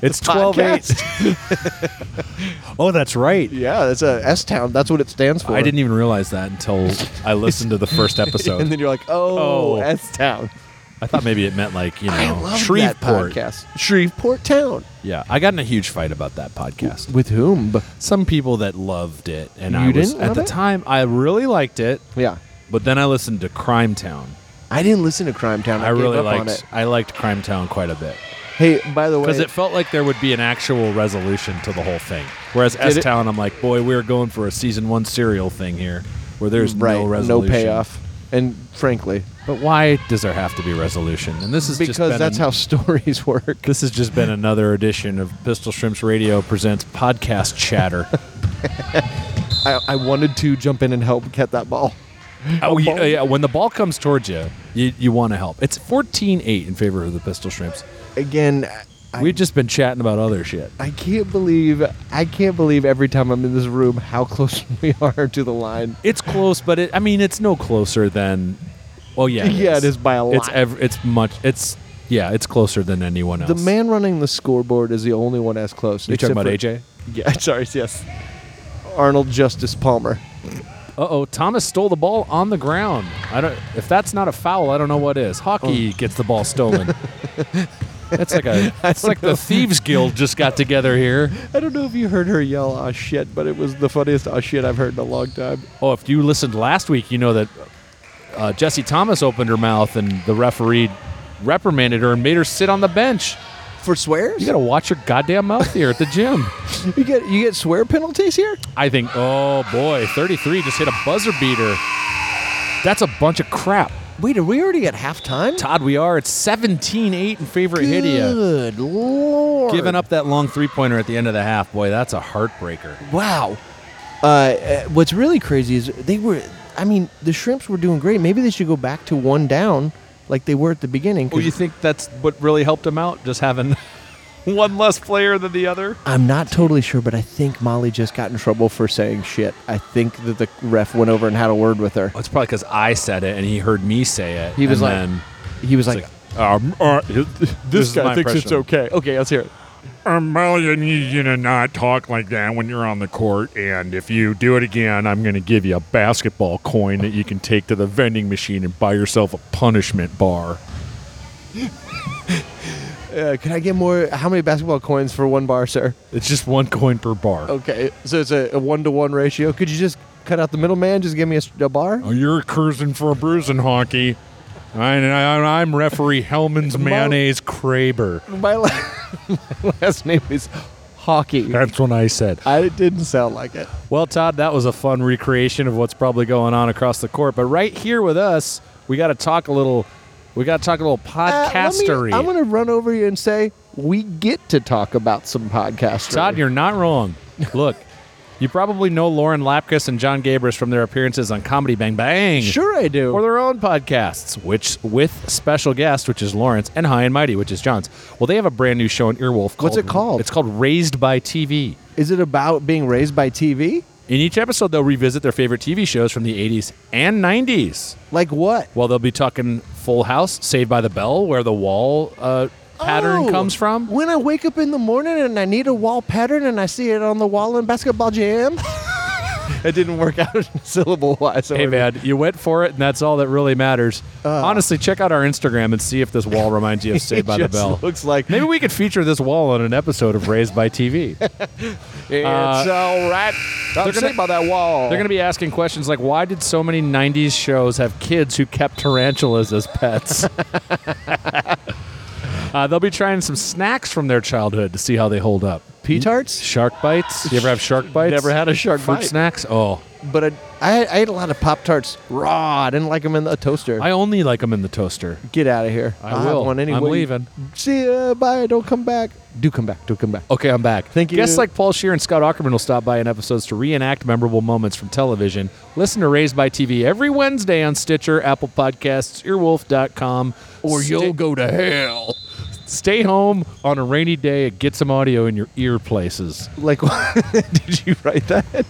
[SPEAKER 1] it's 12 8. Oh, that's right.
[SPEAKER 2] Yeah, that's a S town. That's what it stands for.
[SPEAKER 1] I didn't even realize that until I listened to the first episode.
[SPEAKER 2] And then you're like, oh,
[SPEAKER 1] Oh.
[SPEAKER 2] S town.
[SPEAKER 1] I thought maybe it meant like you know
[SPEAKER 2] I love
[SPEAKER 1] Shreveport.
[SPEAKER 2] that podcast. Shreveport Town.
[SPEAKER 1] Yeah, I got in a huge fight about that podcast.
[SPEAKER 2] With whom?
[SPEAKER 1] Some people that loved it, and I
[SPEAKER 2] You
[SPEAKER 1] was
[SPEAKER 2] didn't
[SPEAKER 1] at
[SPEAKER 2] love
[SPEAKER 1] the
[SPEAKER 2] it?
[SPEAKER 1] time I really liked it,
[SPEAKER 2] Yeah.
[SPEAKER 1] but then I listened to Crime Town.
[SPEAKER 2] I didn't listen to Crime Town. I,
[SPEAKER 1] I,
[SPEAKER 2] gave
[SPEAKER 1] really
[SPEAKER 2] up
[SPEAKER 1] liked
[SPEAKER 2] on it.
[SPEAKER 1] I liked Crime Town quite a bit
[SPEAKER 2] Hey, by the way,
[SPEAKER 1] because it felt like there would be an actual resolution to the whole thing. Whereas S
[SPEAKER 2] it-
[SPEAKER 1] Town, I'm like, boy, we're going for a season one serial thing here, where there's
[SPEAKER 2] right,
[SPEAKER 1] no resolution,
[SPEAKER 2] payoff. And frankly,
[SPEAKER 1] But why does there have to be resolution? And this is just
[SPEAKER 2] because
[SPEAKER 1] been
[SPEAKER 2] that's
[SPEAKER 1] an-
[SPEAKER 2] how stories work.
[SPEAKER 1] This has just been another edition of Pistol Shrimps Radio presents podcast chatter.
[SPEAKER 2] I, I wanted to jump in and help get that ball.
[SPEAKER 1] oh yeah, yeah, when the ball comes towards you, you, you want to help. It's 14-8 in favor of the Pistol Shrimps.
[SPEAKER 2] Again, I,
[SPEAKER 1] We've just been chatting about other shit.
[SPEAKER 2] I can't believe I can't believe every time I'm in this room how close we are to the line.
[SPEAKER 1] It's close, but it, I mean, it's no closer than. Well, yeah,
[SPEAKER 2] Yeah, it is by a lot.
[SPEAKER 1] It's ev- it's much. It's yeah, it's closer than anyone else.
[SPEAKER 2] the man running the scoreboard is the only one as close.
[SPEAKER 1] you talking about
[SPEAKER 2] except
[SPEAKER 1] AJ?
[SPEAKER 2] for- Yeah, sorry, yes. Arnold Justice Palmer.
[SPEAKER 1] Uh oh, Thomas stole the ball on the ground. I don't. If that's not a foul, I don't know what is. Hockey gets the ball stolen. That's like a. It's like the thieves guild just got together here.
[SPEAKER 2] I don't know if you heard her yell "ah shit," but it was the funniest "ah shit" I've heard in a long time.
[SPEAKER 1] Oh, if you listened last week, you know that uh, Jesse Thomas opened her mouth and the referee reprimanded her and made her sit on the bench.
[SPEAKER 2] For swears,
[SPEAKER 1] You gotta watch your goddamn mouth here at the gym.
[SPEAKER 2] you get you get swear penalties here.
[SPEAKER 1] I think, oh boy, 33 just hit a buzzer beater. That's a bunch of crap.
[SPEAKER 2] Wait, are we already at halftime?
[SPEAKER 1] Todd, we are. It's 17 8 in favor of Hidia.
[SPEAKER 2] Good lord!
[SPEAKER 1] Giving up that long three pointer at the end of the half, boy, that's a heartbreaker.
[SPEAKER 2] Wow. Uh, uh, what's really crazy is they were. I mean, the shrimps were doing great. Maybe they should go back to one down, like they were at the beginning. 'cause
[SPEAKER 1] think that's what really helped him out? Just having one less player than the other?
[SPEAKER 2] I'm not totally sure, but I think Molly just got in trouble for saying shit. I think that the ref went over and had a word with her.
[SPEAKER 1] it's probably because I said it and he heard me say it.
[SPEAKER 2] He
[SPEAKER 1] and
[SPEAKER 2] was like-
[SPEAKER 1] then
[SPEAKER 2] He was
[SPEAKER 1] it's
[SPEAKER 2] like,
[SPEAKER 1] like, um, uh, this,
[SPEAKER 2] "This
[SPEAKER 1] is my
[SPEAKER 2] guy thinks it's
[SPEAKER 1] impression.
[SPEAKER 2] okay." Okay, let's hear it.
[SPEAKER 3] I'm telling you, you to not talk like that when you're on the court. And if you do it again, I'm going to give you a basketball coin that you can take to the vending machine and buy yourself a punishment bar.
[SPEAKER 2] Uh, can I get more? How many basketball coins for one bar, sir?
[SPEAKER 1] It's just one coin per bar.
[SPEAKER 2] Okay, so it's a, a one to one ratio. Could you just cut out the middleman? Just give me a, s- a bar.
[SPEAKER 3] Oh, you're cruising for a bruising hockey. I, I, I'm referee Hellman's Mayonnaise Craber.
[SPEAKER 2] My, la- my last name is Hockey.
[SPEAKER 3] That's what I said.
[SPEAKER 2] I it didn't sound like it.
[SPEAKER 1] Well, Todd, that was a fun recreation of what's probably going on across the court. But right here with us, we got to talk a little. We got to talk a little
[SPEAKER 2] Uh, let me-
[SPEAKER 1] podcastery.
[SPEAKER 2] I'm going to run over you and say we get to talk about some podcastery.
[SPEAKER 1] Todd, you're not wrong. Look, you probably know Lauren Lapkus and John Gabris from their appearances on Comedy Bang Bang.
[SPEAKER 2] sure I do.
[SPEAKER 1] Or their own podcasts, which with special guest, which is Lawrence, and High and Mighty, which is John's. Well, they have a brand new show on Earwolf. Called,
[SPEAKER 2] What's it called?
[SPEAKER 1] It's called Raised by TV.
[SPEAKER 2] Is it about being raised by TV?
[SPEAKER 1] In each episode, they'll revisit their favorite TV shows from the 80s and 90s.
[SPEAKER 2] Like what?
[SPEAKER 1] Well, they'll be talking Full House, Saved by the Bell, where the wall uh, pattern
[SPEAKER 2] Oh,
[SPEAKER 1] comes from.
[SPEAKER 2] When I wake up in the morning and I need a wall pattern and I see it on the wall in basketball jam. it didn't work out syllable wise.
[SPEAKER 1] Hey, man, you went for it, and that's all that really matters.
[SPEAKER 2] Uh.
[SPEAKER 1] Honestly, check out our Instagram and see if this wall reminds you of
[SPEAKER 2] It
[SPEAKER 1] Saved by the
[SPEAKER 2] just
[SPEAKER 1] Bell. Uh,
[SPEAKER 2] looks like
[SPEAKER 1] Maybe we could feature this wall on an episode of Raised by TV. They're
[SPEAKER 2] it's all right. I'm
[SPEAKER 1] gonna-
[SPEAKER 2] sick by that wall.
[SPEAKER 1] going to be asking questions like why did so many 90s shows have kids who kept tarantulas as pets? uh, they'll be trying some snacks from their childhood to see how they hold up.
[SPEAKER 2] pea tarts.
[SPEAKER 1] Shark bites. You ever have shark bites?
[SPEAKER 2] Never had a shark
[SPEAKER 1] Fruit
[SPEAKER 2] bite,
[SPEAKER 1] snacks? Oh,
[SPEAKER 2] but I, I, I ate a lot of pop tarts raw. I didn't like them in the toaster.
[SPEAKER 1] I only like them in the toaster.
[SPEAKER 2] Get out of here.
[SPEAKER 1] I
[SPEAKER 2] I'll have
[SPEAKER 1] will.
[SPEAKER 2] one anyway.
[SPEAKER 1] I'm leaving.
[SPEAKER 2] See ya. Bye. Don't come back. Do come back. Do come back.
[SPEAKER 1] Okay, I'm back.
[SPEAKER 2] Thank you.
[SPEAKER 1] Guests like Paul Shear and Scott Ackerman will stop by in episodes to reenact memorable moments from television. Listen to Raised by TV every Wednesday on Stitcher, Apple Podcasts, Earwolf.com, or you'll go to hell. Stay home on a rainy day and get some audio in your ear places.
[SPEAKER 2] Like, did you write that?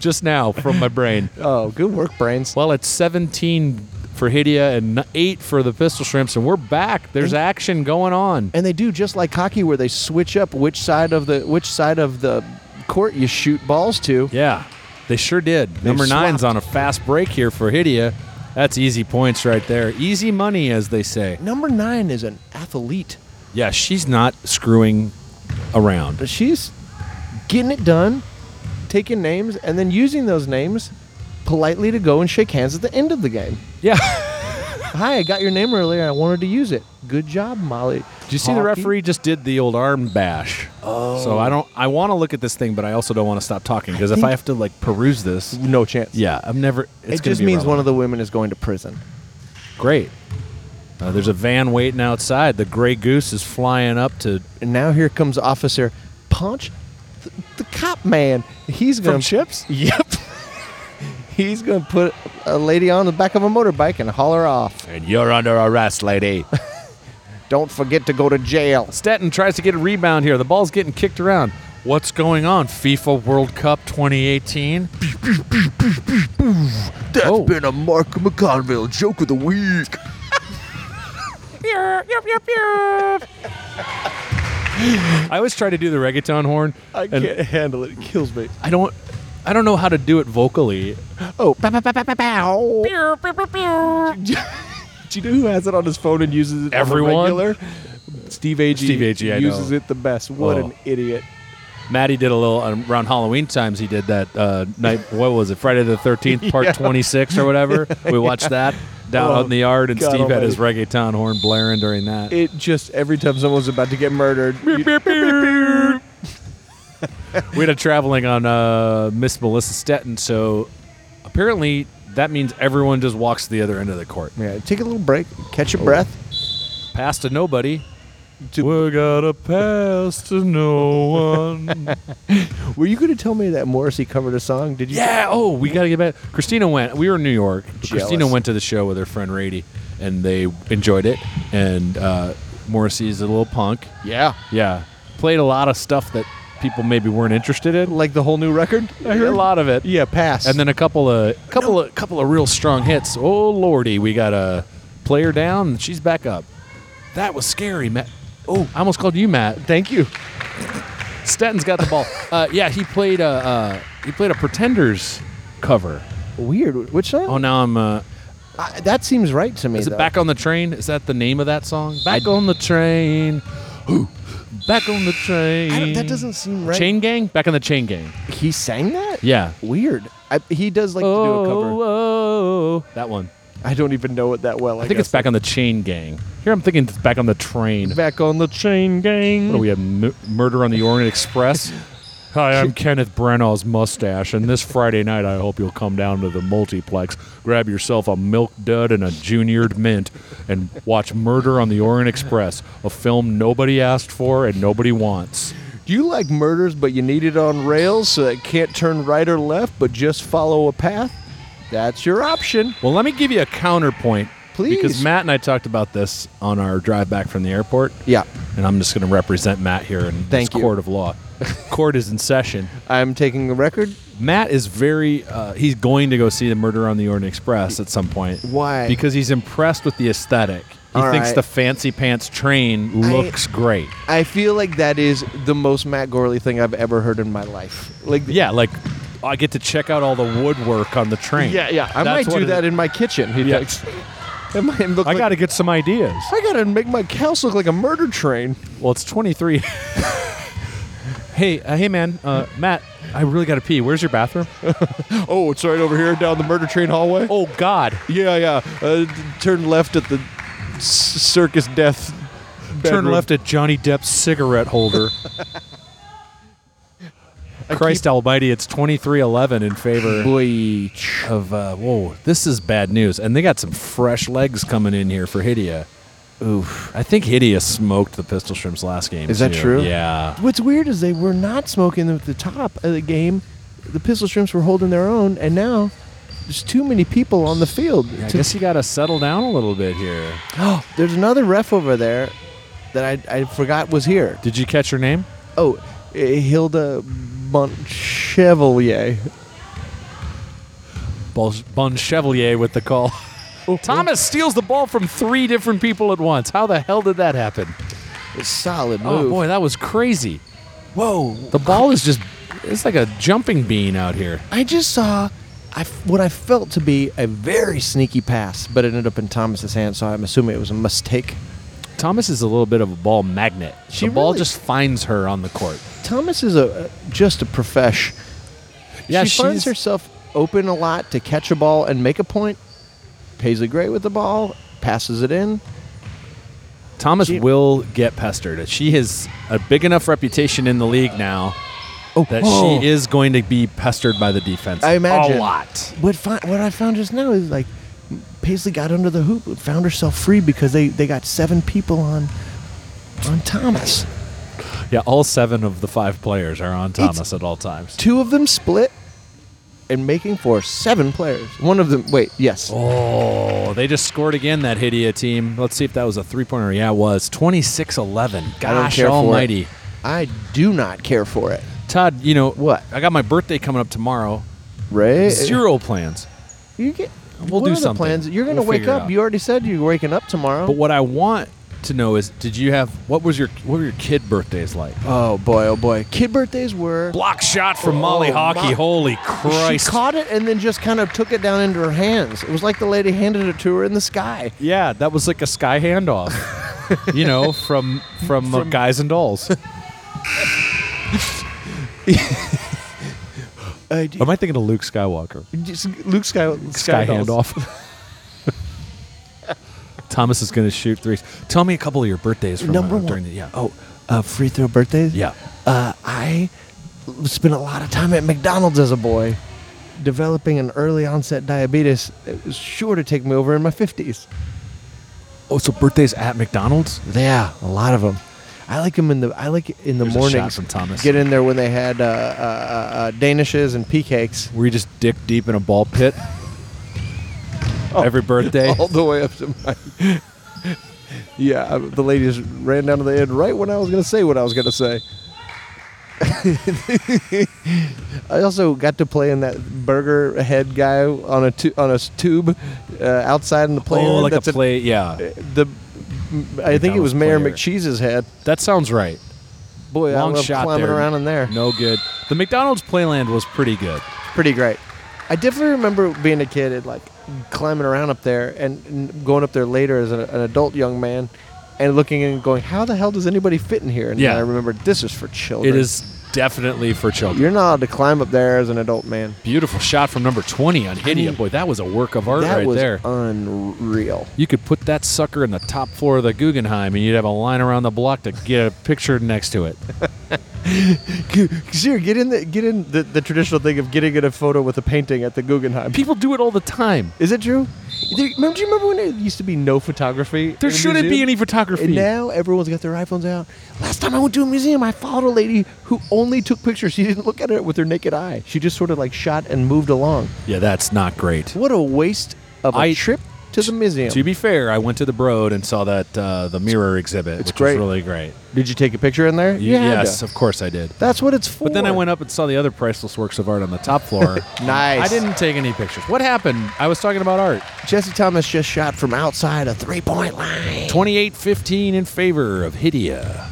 [SPEAKER 1] Just now from my brain.
[SPEAKER 2] Oh, good work, brains.
[SPEAKER 1] Well, it's 17 for Hidia and 8 for the Pistol Shrimps, and we're back. There's action going on.
[SPEAKER 2] And they do just like hockey, where they switch up which side of the which side of the court you shoot balls to.
[SPEAKER 1] Yeah, they sure did. Number nine's on a fast break here for Hidia. That's easy points right there. Easy money, as they say.
[SPEAKER 2] Number nine is an athlete,
[SPEAKER 1] Yeah, she's not screwing around.
[SPEAKER 2] but she's getting it done, taking names, and then using those names politely to go and shake hands at the end of the game.
[SPEAKER 1] Yeah.
[SPEAKER 2] Hi, I got your name earlier and I wanted to use it. Good job, Molly.
[SPEAKER 1] Did you see the referee just did the old arm bash? Oh. So I don't. I want to look at this thing, but I also don't want to stop talking because if
[SPEAKER 2] think-
[SPEAKER 1] I have to like peruse this,
[SPEAKER 2] No chance.
[SPEAKER 1] yeah, I'm never. It's
[SPEAKER 2] it just
[SPEAKER 1] gonna be
[SPEAKER 2] means one
[SPEAKER 1] irrelevant.
[SPEAKER 2] of the women is going to prison.
[SPEAKER 1] Great. Uh, there's a van waiting outside. The gray goose is flying up to
[SPEAKER 2] And now here comes Officer Punch, th- the cop man. He's gonna
[SPEAKER 1] chips.
[SPEAKER 2] Yep. He's gonna put a lady on the back of a motorbike and haul her off.
[SPEAKER 1] And you're under arrest, lady.
[SPEAKER 2] Don't forget to go to jail.
[SPEAKER 1] Stetton tries to get a rebound here. The ball's getting kicked around. What's going on? FIFA World Cup 2018.
[SPEAKER 2] That's
[SPEAKER 1] Oh.
[SPEAKER 2] been a Mark McConville joke of the week.
[SPEAKER 1] I always try to do the reggaeton horn.
[SPEAKER 2] I
[SPEAKER 1] and
[SPEAKER 2] can't handle it. It kills me.
[SPEAKER 1] I don't. I don't know how to do it vocally.
[SPEAKER 2] Oh, bow, bow, bow, bow, bow, bow. Do you know who has it on his phone and uses it?
[SPEAKER 1] Everyone?
[SPEAKER 2] On the regular? Steve Agee.
[SPEAKER 1] Steve Agee, I
[SPEAKER 2] uses
[SPEAKER 1] know.
[SPEAKER 2] it the best. What
[SPEAKER 1] Oh.
[SPEAKER 2] an idiot!
[SPEAKER 1] Maddie did a little um, around Halloween times. He did that uh, night. What was it? Friday the Thirteenth, Part Twenty Six, or whatever. We watched that down
[SPEAKER 2] Oh,
[SPEAKER 1] out in the yard, and
[SPEAKER 2] God
[SPEAKER 1] Steve had his reggaeton horn blaring during that.
[SPEAKER 2] It just every time someone's about to get murdered. you-
[SPEAKER 1] we had a traveling on uh, Miss Melissa Stetton, so apparently that means everyone just walks to the other end of the court.
[SPEAKER 2] yeah, take a little break, catch
[SPEAKER 1] Oh.
[SPEAKER 2] your breath.
[SPEAKER 1] Pass to nobody.
[SPEAKER 2] To-
[SPEAKER 1] we got to pass to no one.
[SPEAKER 2] Were you going to tell me that Morrissey covered a song? Did you?
[SPEAKER 1] yeah. Oh, we got to get back. Christina went. We were in New York. Christina
[SPEAKER 2] Jealous.
[SPEAKER 1] went to the show with her friend Rady, and they enjoyed it. And uh, Morrissey is a little punk.
[SPEAKER 2] Yeah.
[SPEAKER 1] Yeah. Played a lot of stuff that people maybe weren't interested in.
[SPEAKER 2] Like the whole new record? I
[SPEAKER 1] A lot of it.
[SPEAKER 2] Yeah, pass.
[SPEAKER 1] and then a couple of couple of couple of real strong hits. Oh lordy, we got a player down. and She's back up. That was scary, Matt. Oh, I almost called you Matt.
[SPEAKER 2] thank you.
[SPEAKER 1] Stetton's got the ball. Uh, yeah, he played a uh, he played a Pretenders cover.
[SPEAKER 2] Weird. Which song?
[SPEAKER 1] Oh, now I'm. Uh,
[SPEAKER 2] I- that seems right to me.
[SPEAKER 1] is it
[SPEAKER 2] though.
[SPEAKER 1] back on the train? Is that the name of that song? Back on the train. Ooh, back on the train.
[SPEAKER 2] I don't- that doesn't seem right.
[SPEAKER 1] Chain gang. Back on the chain gang.
[SPEAKER 2] He sang that?
[SPEAKER 1] Yeah.
[SPEAKER 2] Weird. I, he does like to do a cover.
[SPEAKER 1] oh, that one.
[SPEAKER 2] I don't even know it that well. I,
[SPEAKER 1] I think it's back on the chain gang. Here I'm thinking it's back on the train.
[SPEAKER 2] guess. back on the chain gang.
[SPEAKER 1] What do we have? M- Murder on the Orient Express. Hi, I'm Kenneth Branagh's mustache, and this Friday night I hope you'll come down to the multiplex, grab yourself a milk dud and a juniored mint, and watch Murder on the Orient Express, a film nobody asked for and nobody wants.
[SPEAKER 2] Do you like murders, but you need it on rails so that it can't turn right or left, but just follow a path? That's your option.
[SPEAKER 1] Well, let me give you a counterpoint. Because
[SPEAKER 2] Please.
[SPEAKER 1] Matt and I talked about this on our drive back from the airport.
[SPEAKER 2] Yeah.
[SPEAKER 1] And I'm just going to represent Matt here in
[SPEAKER 2] Thank
[SPEAKER 1] this
[SPEAKER 2] you.
[SPEAKER 1] court of law. court is in session.
[SPEAKER 2] I'm taking the record.
[SPEAKER 1] Matt is very. Uh, he's going to go see the Murder on the Orient Express at some point.
[SPEAKER 2] Why?
[SPEAKER 1] Because he's impressed with the aesthetic. He
[SPEAKER 2] All
[SPEAKER 1] thinks
[SPEAKER 2] right.
[SPEAKER 1] the fancy pants train looks great.
[SPEAKER 2] I feel like that is the most Matt Gorley thing I've ever heard in my life. Like,
[SPEAKER 1] Yeah, like I get to check out all the woodwork on the train.
[SPEAKER 2] Yeah, yeah. I
[SPEAKER 1] That's
[SPEAKER 2] might
[SPEAKER 1] what
[SPEAKER 2] do
[SPEAKER 1] it-
[SPEAKER 2] that in my kitchen. He
[SPEAKER 1] Yeah.
[SPEAKER 2] thinks. It might look
[SPEAKER 1] I
[SPEAKER 2] like,
[SPEAKER 1] got to get some ideas.
[SPEAKER 2] I gotta make my house look like a murder train.
[SPEAKER 1] Well, it's 23. hey, uh, hey, man, uh, Matt. I really got to pee. Where's your bathroom?
[SPEAKER 2] Oh, it's right over here down the murder train hallway.
[SPEAKER 1] Oh God!
[SPEAKER 2] Yeah, yeah. Uh, d- turn left at the s- circus death.
[SPEAKER 1] Turn
[SPEAKER 2] bedroom.
[SPEAKER 1] left at Johnny Depp's cigarette holder. Christ Almighty! It's 23-11 in favor.
[SPEAKER 2] Boy,
[SPEAKER 1] of uh, whoa, this is bad news, and they got some fresh legs coming in here for Hidea. Oof! I think Hidea smoked the Pistol Shrimps last game.
[SPEAKER 2] Is that
[SPEAKER 1] too.
[SPEAKER 2] true?
[SPEAKER 1] Yeah.
[SPEAKER 2] What's weird is they were not smoking them at the top of the game. The pistol shrimps were holding their own, and now there's too many people on the field.
[SPEAKER 1] I
[SPEAKER 2] to-
[SPEAKER 1] guess you got to settle down a little bit here.
[SPEAKER 2] there's another ref over there that I, I forgot was here.
[SPEAKER 1] Did you catch her name?
[SPEAKER 2] Oh, uh, Hilda Montchevalier.
[SPEAKER 1] Bol- Bon Chevalier with the call.
[SPEAKER 2] Oh.
[SPEAKER 1] Thomas steals the ball from three different people at once. How the hell did that happen?
[SPEAKER 2] Solid move.
[SPEAKER 1] Oh boy, that was crazy. Whoa! The ball is just—it's like a jumping bean out here.
[SPEAKER 2] I just saw I f- what I felt to be a very sneaky pass, but it ended up in Thomas's hand, so I'm assuming it was a mistake.
[SPEAKER 1] Thomas is a little bit of a ball magnet.
[SPEAKER 2] She
[SPEAKER 1] the ball
[SPEAKER 2] really-
[SPEAKER 1] just finds her on the court.
[SPEAKER 2] Thomas is a uh, just a profesh.
[SPEAKER 1] Yeah,
[SPEAKER 2] she finds
[SPEAKER 1] she's-
[SPEAKER 2] herself open a lot to catch a ball and make a point. Paisley Gray with the ball, passes it in.
[SPEAKER 1] Thomas
[SPEAKER 2] She-
[SPEAKER 1] will get pestered. She has a big enough reputation in the league now
[SPEAKER 2] Oh,
[SPEAKER 1] that
[SPEAKER 2] oh.
[SPEAKER 1] she is going to be pestered by the defense
[SPEAKER 2] I imagine.
[SPEAKER 1] a lot.
[SPEAKER 2] What, fi- what I found just now is like Paisley got under the hoop, found herself free because they, they got seven people on on Thomas.
[SPEAKER 1] Yeah, all seven of the five players are on Thomas
[SPEAKER 2] It's-
[SPEAKER 1] at all times.
[SPEAKER 2] Two of them split and making for seven players. One of them, wait, yes.
[SPEAKER 1] Oh, they just scored again, that Hidia team. Let's see if that was a three pointer. Yeah, it was. 26 11. Gosh
[SPEAKER 2] I don't care for it.
[SPEAKER 1] almighty.
[SPEAKER 2] I do not care for it.
[SPEAKER 1] Todd, you know,
[SPEAKER 2] What?
[SPEAKER 1] I got my birthday coming up tomorrow.
[SPEAKER 2] Ray,
[SPEAKER 1] Zero plans.
[SPEAKER 2] You get.
[SPEAKER 1] We'll
[SPEAKER 2] what
[SPEAKER 1] do
[SPEAKER 2] are
[SPEAKER 1] something.
[SPEAKER 2] The plans? You're going to
[SPEAKER 1] We'll
[SPEAKER 2] wake
[SPEAKER 1] figure it
[SPEAKER 2] up.
[SPEAKER 1] out.
[SPEAKER 2] You already said you're waking up tomorrow.
[SPEAKER 1] But what I want to know is did you have, what was your, what were your kid birthdays like?
[SPEAKER 2] oh boy, oh boy. Kid birthdays were.
[SPEAKER 1] Block shot from Molly
[SPEAKER 2] Oh,
[SPEAKER 1] Hockey.
[SPEAKER 2] my-
[SPEAKER 1] Holy Christ.
[SPEAKER 2] She caught it and then just kind of took it down into her hands. It was like the lady handed it to her in the sky.
[SPEAKER 1] yeah, that was like a sky handoff. you know, from from, uh, guys and dolls.
[SPEAKER 2] Uh,
[SPEAKER 1] Am I thinking of Luke Skywalker?
[SPEAKER 2] just Luke Sky,
[SPEAKER 1] sky
[SPEAKER 2] dolls.
[SPEAKER 1] handoff. Thomas is going to shoot threes. Tell me a couple of your birthdays from
[SPEAKER 2] Number
[SPEAKER 1] uh,
[SPEAKER 2] one.
[SPEAKER 1] during the yeah.
[SPEAKER 2] Oh, uh, free throw birthdays.
[SPEAKER 1] Yeah.
[SPEAKER 2] Uh, I spent a lot of time at McDonald's as a boy, developing an early onset diabetes. It was sure to take me over in my fifties.
[SPEAKER 1] Oh, so birthdays at McDonald's?
[SPEAKER 2] Yeah, a lot of them. I like them in the I like in the
[SPEAKER 1] There's a shot
[SPEAKER 2] mornings.
[SPEAKER 1] from Thomas.
[SPEAKER 2] Get in there when they had uh, uh, uh, uh, danishes and pea cakes
[SPEAKER 1] Were you just dick deep in a ball pit
[SPEAKER 2] Oh.
[SPEAKER 1] every birthday?
[SPEAKER 2] all the way up to my. yeah, I, the ladies ran down to the end right when I was going to say what I was going to say. I also got to play in that burger head guy on a tu- on a s- tube uh, outside in the plane.
[SPEAKER 1] oh, like
[SPEAKER 2] That's
[SPEAKER 1] a play. yeah,
[SPEAKER 2] The I think it was
[SPEAKER 1] McDonald's
[SPEAKER 2] Mayor
[SPEAKER 1] player.
[SPEAKER 2] McCheese's head.
[SPEAKER 1] that sounds right.
[SPEAKER 2] Boy,
[SPEAKER 1] Long
[SPEAKER 2] I love
[SPEAKER 1] shot
[SPEAKER 2] climbing
[SPEAKER 1] there.
[SPEAKER 2] around in there.
[SPEAKER 1] No good. The McDonald's playland was pretty good.
[SPEAKER 2] pretty great. I definitely remember being a kid and like climbing around up there and, and going up there later as a, an adult young man and looking and going, how the hell does anybody fit in here? And
[SPEAKER 1] Yeah.
[SPEAKER 2] I remember this is for children.
[SPEAKER 1] It is definitely for children.
[SPEAKER 2] You're not allowed to climb up there as an adult man.
[SPEAKER 1] Beautiful shot from number twenty on Hidia. Boy, that was a work of art
[SPEAKER 2] that
[SPEAKER 1] right
[SPEAKER 2] was
[SPEAKER 1] there.
[SPEAKER 2] unreal.
[SPEAKER 1] You could put that sucker in the top floor of the Guggenheim, and you'd have a line around the block to get a picture next to it.
[SPEAKER 2] Sure, get in the get in the, the traditional thing of getting in a photo with a painting at the Guggenheim.
[SPEAKER 1] People do it all the time.
[SPEAKER 2] Is it true? Do you remember, do you remember when there used to be no photography?
[SPEAKER 1] There
[SPEAKER 2] in a
[SPEAKER 1] shouldn't be
[SPEAKER 2] museum?
[SPEAKER 1] any photography.
[SPEAKER 2] And now everyone's got their iPhones out. Last time I went to a museum, I followed a lady who only took pictures. She didn't look at it with her naked eye. She just sort of like shot and moved along.
[SPEAKER 1] yeah, that's not great.
[SPEAKER 2] What a waste of a
[SPEAKER 1] I-
[SPEAKER 2] trip to the museum.
[SPEAKER 1] To be fair, I went to the Broad and saw that uh, the mirror exhibit,
[SPEAKER 2] it's
[SPEAKER 1] which
[SPEAKER 2] great.
[SPEAKER 1] was really great.
[SPEAKER 2] Did you take a picture in there?
[SPEAKER 1] You-
[SPEAKER 2] You had
[SPEAKER 1] yes,
[SPEAKER 2] to.
[SPEAKER 1] of course I did.
[SPEAKER 2] That's what it's for.
[SPEAKER 1] But then I went up and saw the other priceless works of art on the top floor.
[SPEAKER 2] Nice.
[SPEAKER 1] I didn't take any pictures. What happened? I was talking about art.
[SPEAKER 2] Jesse Thomas just shot from outside a three point line.
[SPEAKER 1] 28-15 in favor of Hidia.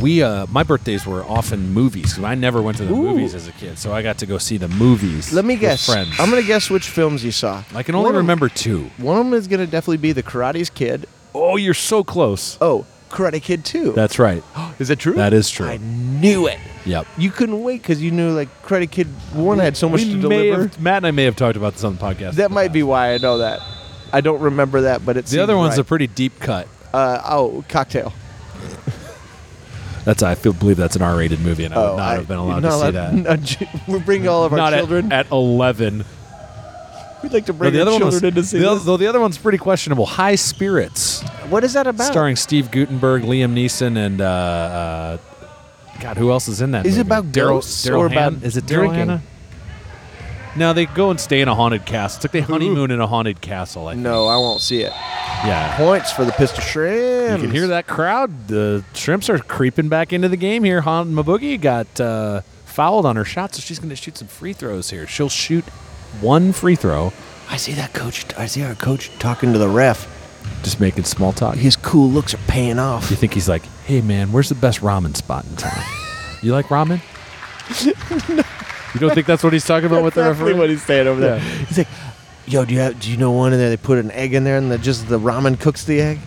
[SPEAKER 1] We uh, my birthdays were often movies 'cause I never went to the
[SPEAKER 2] Ooh.
[SPEAKER 1] movies as a kid, so I got to go see the movies.
[SPEAKER 2] Let me
[SPEAKER 1] with
[SPEAKER 2] guess.
[SPEAKER 1] Friends.
[SPEAKER 2] I'm going to guess which films you saw.
[SPEAKER 1] I can only
[SPEAKER 2] One of-
[SPEAKER 1] remember two.
[SPEAKER 2] One of them is going to definitely be The Karate's Kid.
[SPEAKER 1] Oh, you're so close.
[SPEAKER 2] Oh, Karate Kid 2.
[SPEAKER 1] That's right.
[SPEAKER 2] is that true?
[SPEAKER 1] That is true.
[SPEAKER 2] I knew it.
[SPEAKER 1] Yep.
[SPEAKER 2] you couldn't wait because you knew like Credit Kid One had so much
[SPEAKER 1] We
[SPEAKER 2] to
[SPEAKER 1] may
[SPEAKER 2] deliver.
[SPEAKER 1] have- Matt and I may have talked about this on the podcast. in
[SPEAKER 2] That
[SPEAKER 1] the
[SPEAKER 2] might be
[SPEAKER 1] past.
[SPEAKER 2] why I know that. I don't remember that, but it's
[SPEAKER 1] the other one's a pretty deep cut.
[SPEAKER 2] uh, oh cocktail.
[SPEAKER 1] That's I feel believe that's an R-rated movie, and I
[SPEAKER 2] Oh,
[SPEAKER 1] would not
[SPEAKER 2] I-
[SPEAKER 1] have been allowed
[SPEAKER 2] not
[SPEAKER 1] to see
[SPEAKER 2] allowed-
[SPEAKER 1] that.
[SPEAKER 2] not- we're bringing all of our
[SPEAKER 1] not at-
[SPEAKER 2] children.
[SPEAKER 1] at 11.
[SPEAKER 2] We'd like to
[SPEAKER 1] No,
[SPEAKER 2] bring
[SPEAKER 1] the
[SPEAKER 2] our
[SPEAKER 1] other one
[SPEAKER 2] children
[SPEAKER 1] was,
[SPEAKER 2] in to see
[SPEAKER 1] the,
[SPEAKER 2] this.
[SPEAKER 1] Though the other one's pretty questionable. High Spirits,
[SPEAKER 2] What is that about?
[SPEAKER 1] starring Steve Gutenberg, Liam Neeson, and uh, uh, God, who else is in that?
[SPEAKER 2] Is it
[SPEAKER 1] movie?
[SPEAKER 2] about
[SPEAKER 1] Daryl?
[SPEAKER 2] ghosts
[SPEAKER 1] Daryl
[SPEAKER 2] or
[SPEAKER 1] Han-
[SPEAKER 2] about
[SPEAKER 1] is it Daryl
[SPEAKER 2] drinking?
[SPEAKER 1] Hannah? No, they go and stay in a haunted castle. It's like they honeymoon in a haunted castle. I think.
[SPEAKER 2] No, I won't see it.
[SPEAKER 1] Yeah.
[SPEAKER 2] Points for the pistol shrimp.
[SPEAKER 1] You can hear that crowd. The shrimps are creeping back into the game here. Han Maboogie got uh, fouled on her shot, so she's going to shoot some free throws here. She'll shoot one free throw,
[SPEAKER 2] I see that coach. I see our coach talking to the ref.
[SPEAKER 1] just making small talk.
[SPEAKER 2] His cool looks are paying off.
[SPEAKER 1] You think he's like, hey man, where's the best ramen spot in town? you like ramen? You don't think that's what he's talking about with the
[SPEAKER 2] Exactly
[SPEAKER 1] referee?
[SPEAKER 2] what he's saying over there.
[SPEAKER 1] Yeah.
[SPEAKER 2] He's like, "Yo, do you have, do you know one in there? They put an egg in there, and the, just the ramen cooks the egg.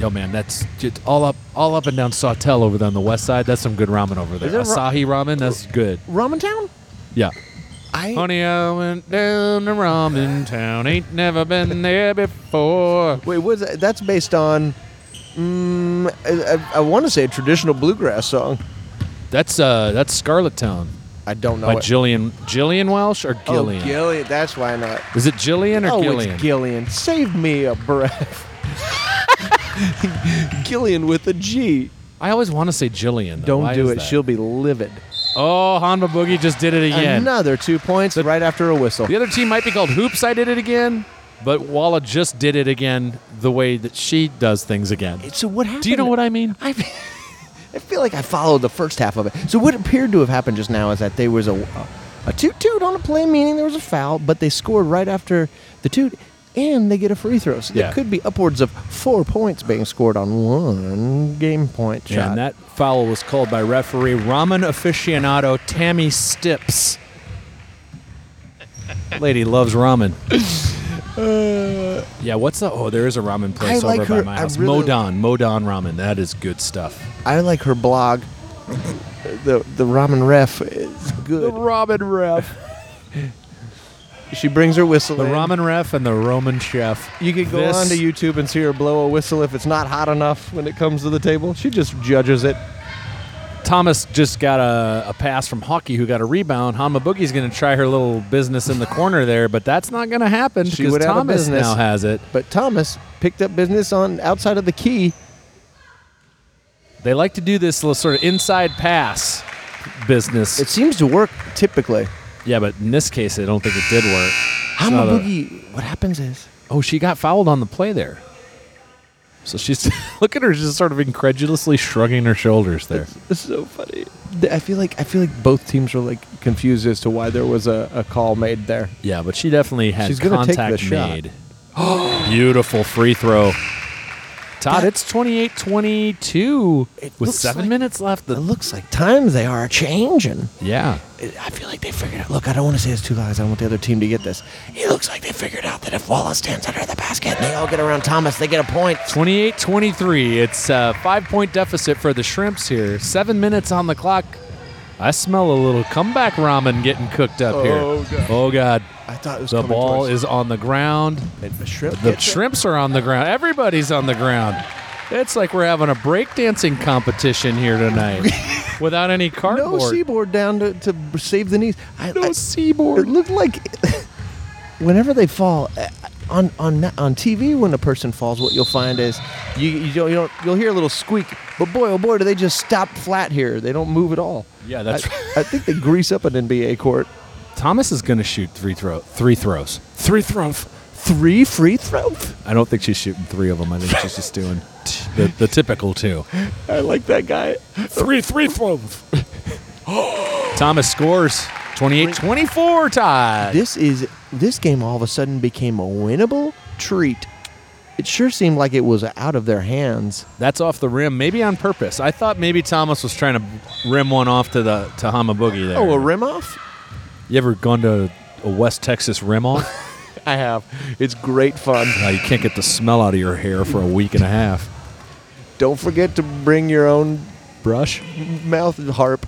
[SPEAKER 1] Yo, man, that's just all up, all up and down Sawtell over there on the west side. That's some good ramen over there.
[SPEAKER 2] Is there ra-
[SPEAKER 1] Asahi ramen, that's good.
[SPEAKER 2] Ramen Town.
[SPEAKER 1] Yeah.
[SPEAKER 2] I
[SPEAKER 1] Honey, I went down to Ramen Town. Ain't never been there before.
[SPEAKER 2] wait. What's that? That's based on. Mm, I, I, I want to say a traditional bluegrass song.
[SPEAKER 1] That's uh, that's Scarlet Town
[SPEAKER 2] I don't know.
[SPEAKER 1] by
[SPEAKER 2] it.
[SPEAKER 1] Jillian Jillian Welsh or Gillian.
[SPEAKER 2] Oh, Gillian. That's why not.
[SPEAKER 1] Is it Jillian or
[SPEAKER 2] oh,
[SPEAKER 1] Gillian?
[SPEAKER 2] it's Gillian. Save me a breath. Gillian with a G.
[SPEAKER 1] I always want to say Jillian. though.
[SPEAKER 2] Don't
[SPEAKER 1] Why
[SPEAKER 2] do
[SPEAKER 1] is
[SPEAKER 2] it.
[SPEAKER 1] that?
[SPEAKER 2] She'll be livid.
[SPEAKER 1] Oh, Hanma Boogie just did it again.
[SPEAKER 2] Another two points right after a whistle.
[SPEAKER 1] The other team might be called Hoops. I did it again, but Walla just did it again the way that she does things again.
[SPEAKER 2] So what happened?
[SPEAKER 1] Do you know what I mean?
[SPEAKER 2] I, I feel like I followed the first half of it. So what appeared to have happened just now is that there was a a toot toot on a play, meaning there was a foul, but they scored right after the toot, and they get a free throw. So
[SPEAKER 1] Yeah.
[SPEAKER 2] there could be upwards of four points being scored on one game point shot.
[SPEAKER 1] And that foul was called by referee ramen aficionado Tammy Stips. Lady loves ramen. yeah, what's the? Oh, there is a ramen place
[SPEAKER 2] like
[SPEAKER 1] over
[SPEAKER 2] her-
[SPEAKER 1] by my
[SPEAKER 2] I
[SPEAKER 1] house.
[SPEAKER 2] really-
[SPEAKER 1] Modan, Modan ramen. That is good stuff.
[SPEAKER 2] I like her blog. The the ramen ref is good.
[SPEAKER 1] ramen ref.
[SPEAKER 2] she brings her whistle.
[SPEAKER 1] The
[SPEAKER 2] in.
[SPEAKER 1] ramen ref and the Roman chef.
[SPEAKER 2] You could go
[SPEAKER 1] This-
[SPEAKER 2] onto YouTube and see her blow a whistle if it's not hot enough when it comes to the table. She just judges it.
[SPEAKER 1] Thomas just got a, a pass from Hockey, who got a rebound. Hama Boogie's going to try her little business in the corner there, but that's not going to happen
[SPEAKER 2] She
[SPEAKER 1] because
[SPEAKER 2] would have a
[SPEAKER 1] Thomas
[SPEAKER 2] business.
[SPEAKER 1] now has it.
[SPEAKER 2] But Thomas picked up business on outside of the key.
[SPEAKER 1] They like to do this little sort of inside pass business.
[SPEAKER 2] It seems to work typically.
[SPEAKER 1] yeah, but in this case, I don't think it did work.
[SPEAKER 2] Hama
[SPEAKER 1] not a-
[SPEAKER 2] Boogie, what happens is
[SPEAKER 1] Oh, she got fouled on the play there. So she's look at her, just sort of incredulously shrugging her shoulders there.
[SPEAKER 2] it's so funny. Th- I feel like I feel like both teams were like confused as to why there was a, a call made there.
[SPEAKER 1] Yeah, but she definitely had
[SPEAKER 2] She's gonna take
[SPEAKER 1] contact
[SPEAKER 2] the shot.
[SPEAKER 1] made. Beautiful free throw. Todd, it's 28 22
[SPEAKER 2] It
[SPEAKER 1] with
[SPEAKER 2] looks
[SPEAKER 1] seven
[SPEAKER 2] like-
[SPEAKER 1] minutes left.
[SPEAKER 2] It
[SPEAKER 1] The,
[SPEAKER 2] looks like times they are changing.
[SPEAKER 1] yeah.
[SPEAKER 2] I feel like they figured out. Look, I don't want to say this too loud. 'cause I want the other team to get this. It looks like they figured out that if Wallace stands under the basket, and they all get around Thomas. They get a point.
[SPEAKER 1] 28 23. It's a five point deficit for the Shrimps here. Seven minutes on the clock. I smell a little comeback ramen getting cooked up here.
[SPEAKER 2] Oh, God.
[SPEAKER 1] Oh, God.
[SPEAKER 2] I thought it was
[SPEAKER 1] The ball is on the ground.
[SPEAKER 2] the shrimp.
[SPEAKER 1] The
[SPEAKER 2] gets it.
[SPEAKER 1] shrimps are on the ground. Everybody's on the ground. It's like we're having a breakdancing competition here tonight without any
[SPEAKER 2] No
[SPEAKER 1] cardboard.
[SPEAKER 2] seaboard down to, to save the knees. I,
[SPEAKER 1] No
[SPEAKER 2] I-
[SPEAKER 1] seaboard.
[SPEAKER 2] It looked like whenever they fall uh, on on on TV, when a person falls, what you'll find is you you don't, you don't you'll hear a little squeak. But boy, oh boy, do they just stop flat here? They don't move at all.
[SPEAKER 1] Yeah, that's
[SPEAKER 2] I,
[SPEAKER 1] right.
[SPEAKER 2] I think they grease up an NBA court.
[SPEAKER 1] Thomas is going to shoot three throw three throws. Three throws.
[SPEAKER 2] Three free throws.
[SPEAKER 1] I don't think she's shooting three of them. I think she's just doing t- the, the typical two.
[SPEAKER 2] I like that guy.
[SPEAKER 3] Three three throws.
[SPEAKER 1] Thomas scores 28-24 tie.
[SPEAKER 2] This is this game all of a sudden became a winnable treat. It sure seemed like it was out of their hands.
[SPEAKER 1] That's off the rim, maybe on purpose. I thought maybe Thomas was trying to rim one off to the to Hama Boogie there.
[SPEAKER 2] Oh, a rim off?
[SPEAKER 1] You ever gone to a West Texas rim off?
[SPEAKER 2] I have. It's great fun.
[SPEAKER 1] Now you can't get the smell out of your hair for a week and a half.
[SPEAKER 2] Don't forget to bring your own
[SPEAKER 1] Brush?
[SPEAKER 2] mouth harp.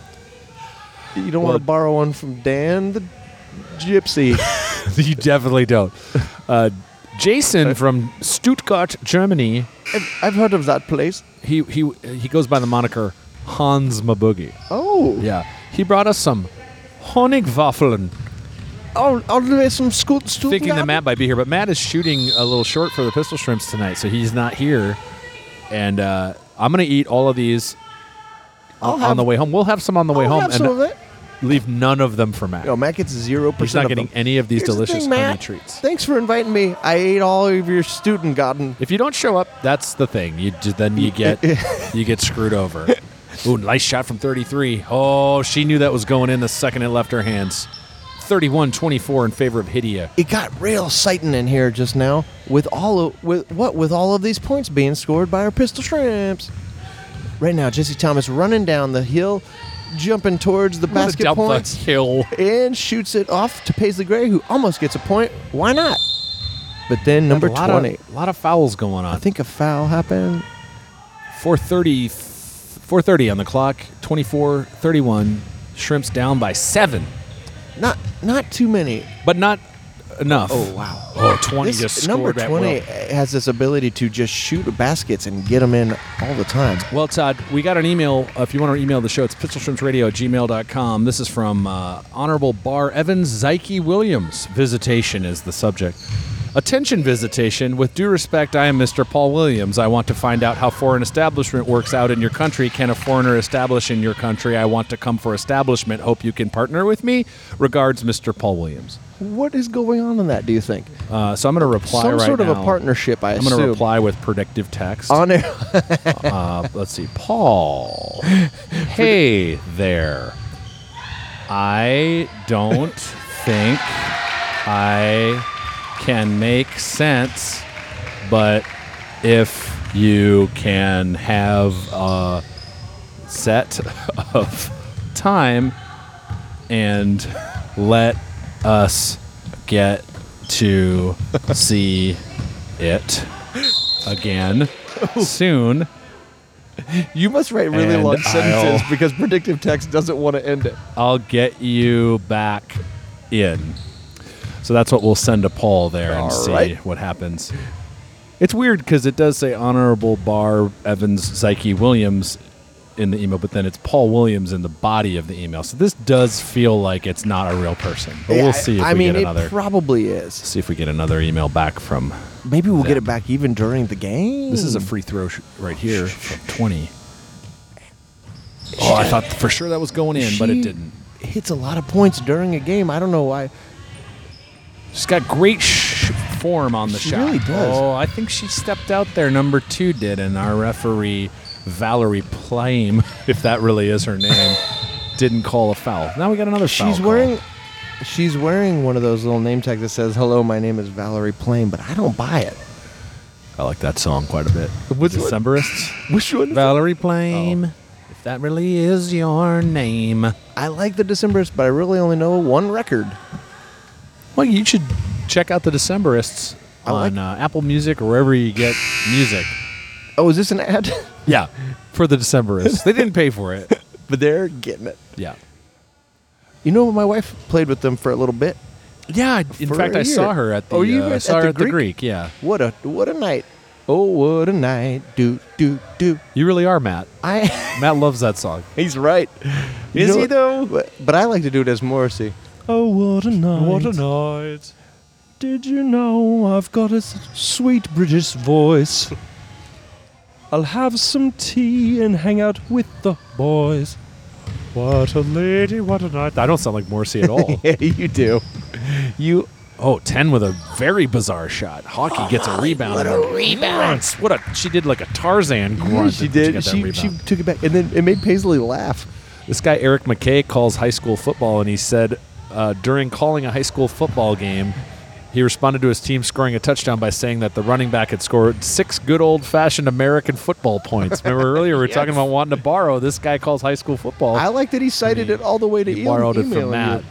[SPEAKER 2] You don't
[SPEAKER 1] Well-
[SPEAKER 2] want to borrow one from Dan the Gypsy.
[SPEAKER 1] you definitely don't. Uh, Jason from Stuttgart, Germany.
[SPEAKER 2] I've, I've heard of that place.
[SPEAKER 1] He he he goes by the moniker Hans Maboogie.
[SPEAKER 2] Oh,
[SPEAKER 1] Yeah, he brought us some Honigwaffeln.
[SPEAKER 2] Oh, all the way from school.
[SPEAKER 1] Thinking that Matt might be here, but Matt is shooting a little short for the pistol shrimps tonight, so he's not here. And uh, I'm gonna eat all of these
[SPEAKER 2] I'll
[SPEAKER 1] on
[SPEAKER 2] have- Oh,
[SPEAKER 1] the way home. We'll have some on the way
[SPEAKER 2] I'll
[SPEAKER 1] home
[SPEAKER 2] have
[SPEAKER 1] and
[SPEAKER 2] some of it.
[SPEAKER 1] leave none of them for Matt.
[SPEAKER 2] Yo, Matt gets zero percent.
[SPEAKER 1] he's not
[SPEAKER 2] of
[SPEAKER 1] getting
[SPEAKER 2] them.
[SPEAKER 1] any of these
[SPEAKER 2] Here's the
[SPEAKER 1] delicious
[SPEAKER 2] thing,
[SPEAKER 1] honey
[SPEAKER 2] Matt.
[SPEAKER 1] treats.
[SPEAKER 2] Thanks for inviting me. I ate all of your student garden.
[SPEAKER 1] If you don't show up, that's the thing. You ju- then you get you get screwed over. Ooh, nice shot from 33. Oh, she knew that was going in the second it left her hands. 31-24 in favor of Hidia.
[SPEAKER 2] It got real sighting in here just now with all of, with what with all of these points being scored by our pistol shrimps. Right now, Jesse Thomas running down the hill, jumping towards the basket
[SPEAKER 1] down
[SPEAKER 2] point
[SPEAKER 1] the hill.
[SPEAKER 2] and shoots it off to Paisley Gray, who almost gets a point. Why not? But then number
[SPEAKER 1] a lot
[SPEAKER 2] 20.
[SPEAKER 1] Of, lot of fouls going on.
[SPEAKER 2] I think a foul happened.
[SPEAKER 1] 430, 430 on the clock. 24 31. Shrimps down by seven,
[SPEAKER 2] Not not too many.
[SPEAKER 1] but not enough.
[SPEAKER 2] Oh, wow.
[SPEAKER 1] Oh, 20
[SPEAKER 2] This-
[SPEAKER 1] just
[SPEAKER 2] number
[SPEAKER 1] scored that
[SPEAKER 2] 20
[SPEAKER 1] well.
[SPEAKER 2] has this ability to just shoot baskets and get them in all the time.
[SPEAKER 1] Well, Todd, we got an email. Uh, if you want to email the show, it's pistolshrimpsradio at gmail.com. This is from uh, Honorable Bar Evans Zyke Williams. Visitation is the subject. Attention, visitation. With due respect, I am Mr. Paul Williams. I want to find out how foreign establishment works out in your country. Can a foreigner establish in your country? I want to come for establishment. Hope you can partner with me. Regards, Mr. Paul Williams.
[SPEAKER 2] What is going on in that, do you think?
[SPEAKER 1] Uh, so I'm going to reply
[SPEAKER 2] Some
[SPEAKER 1] right
[SPEAKER 2] sort of a
[SPEAKER 1] now.
[SPEAKER 2] partnership, I
[SPEAKER 1] I'm
[SPEAKER 2] assume.
[SPEAKER 1] going to reply with predictive text.
[SPEAKER 2] On air.
[SPEAKER 1] Uh, let's see, Paul. hey there. I don't think I can make sense, but if you can have a set of time and let us get to see it again soon.
[SPEAKER 2] You must write really
[SPEAKER 1] And
[SPEAKER 2] long
[SPEAKER 1] I'll-
[SPEAKER 2] sentences because predictive text doesn't want to end it.
[SPEAKER 1] I'll get you back in. So that's what we'll send to Paul there and
[SPEAKER 2] All
[SPEAKER 1] see
[SPEAKER 2] right.
[SPEAKER 1] what happens. It's weird because it does say Honorable Bar Evans Zyke Williams in the email, but then it's Paul Williams in the body of the email. So this does feel like it's not a real person. But
[SPEAKER 2] Yeah,
[SPEAKER 1] we'll see if
[SPEAKER 2] I, I
[SPEAKER 1] we
[SPEAKER 2] mean,
[SPEAKER 1] get another.
[SPEAKER 2] it probably is.
[SPEAKER 1] see if we get another email back from.
[SPEAKER 2] Maybe we'll
[SPEAKER 1] Yeah.
[SPEAKER 2] get it back even during the game.
[SPEAKER 1] This is a free throw sh- right here from twenty. Oh, I thought for sure that was going in, but
[SPEAKER 2] She
[SPEAKER 1] it didn't.
[SPEAKER 2] Hits a lot of points during a game. I don't know why.
[SPEAKER 1] She's got great sh- form on the
[SPEAKER 2] She
[SPEAKER 1] shot.
[SPEAKER 2] really does.
[SPEAKER 1] Oh, I think she stepped out there. Number two did, and our referee Valerie Plame, if that really is her name, didn't call a foul. Now we got another foul.
[SPEAKER 2] She's
[SPEAKER 1] call.
[SPEAKER 2] wearing, she's wearing one of those little name tags that says "Hello, my name is Valerie Plame," but I don't buy it.
[SPEAKER 1] I like that song quite a bit.
[SPEAKER 2] Which one?
[SPEAKER 1] Decemberists.
[SPEAKER 2] Which one?
[SPEAKER 1] Valerie Plame, Oh. if that really is your name.
[SPEAKER 2] I like the Decemberists, but I really only know one record.
[SPEAKER 1] Well, you should check out the Decemberists
[SPEAKER 2] I
[SPEAKER 1] on uh, Apple Music or wherever you get music.
[SPEAKER 2] Oh, is this an ad?
[SPEAKER 1] Yeah, for the Decemberists. they didn't pay for it.
[SPEAKER 2] but they're getting it.
[SPEAKER 1] Yeah.
[SPEAKER 2] You know, my wife played with them for a little bit.
[SPEAKER 1] Yeah, I- in
[SPEAKER 2] For
[SPEAKER 1] fact,
[SPEAKER 2] a
[SPEAKER 1] I saw
[SPEAKER 2] year.
[SPEAKER 1] her at the.
[SPEAKER 2] Oh, you
[SPEAKER 1] uh,
[SPEAKER 2] were
[SPEAKER 1] I
[SPEAKER 2] at
[SPEAKER 1] saw
[SPEAKER 2] the
[SPEAKER 1] her at the
[SPEAKER 2] Greek?
[SPEAKER 1] Greek. Yeah,
[SPEAKER 2] What a what a night! Oh, what a night! Do do do.
[SPEAKER 1] you really are, Matt.
[SPEAKER 2] I.
[SPEAKER 1] Matt loves that song.
[SPEAKER 2] He's right.
[SPEAKER 1] Is he,
[SPEAKER 2] though? But, but I like to do it as Morrissey.
[SPEAKER 1] Oh, what a night!
[SPEAKER 2] What a
[SPEAKER 1] night!
[SPEAKER 2] Did you know I've got a s- sweet British voice?
[SPEAKER 4] I'll have some tea and hang out with the boys. What a lady, what a night.
[SPEAKER 1] I don't sound like Morrissey at all.
[SPEAKER 2] yeah, you do. You
[SPEAKER 1] oh, 10 with a very bizarre shot. Hockey gets a rebound. What a rebound! What a she did like a Tarzan grunt.
[SPEAKER 2] she
[SPEAKER 1] and to
[SPEAKER 2] did.
[SPEAKER 1] get that
[SPEAKER 2] She, she
[SPEAKER 1] rebound.
[SPEAKER 2] took it back, and then it made Paisley laugh.
[SPEAKER 1] This guy Eric McKay calls high school football, and he said uh, during calling a high school football game, he responded to his team scoring a touchdown by saying that the running back had scored six good old fashioned American football points. Remember earlier we were talking about wanting to borrow. This guy calls high school football.
[SPEAKER 2] I like that he cited
[SPEAKER 1] He-
[SPEAKER 2] it all the way to
[SPEAKER 1] he
[SPEAKER 2] e-
[SPEAKER 1] borrowed it
[SPEAKER 2] emailing
[SPEAKER 1] from Matt.
[SPEAKER 2] you.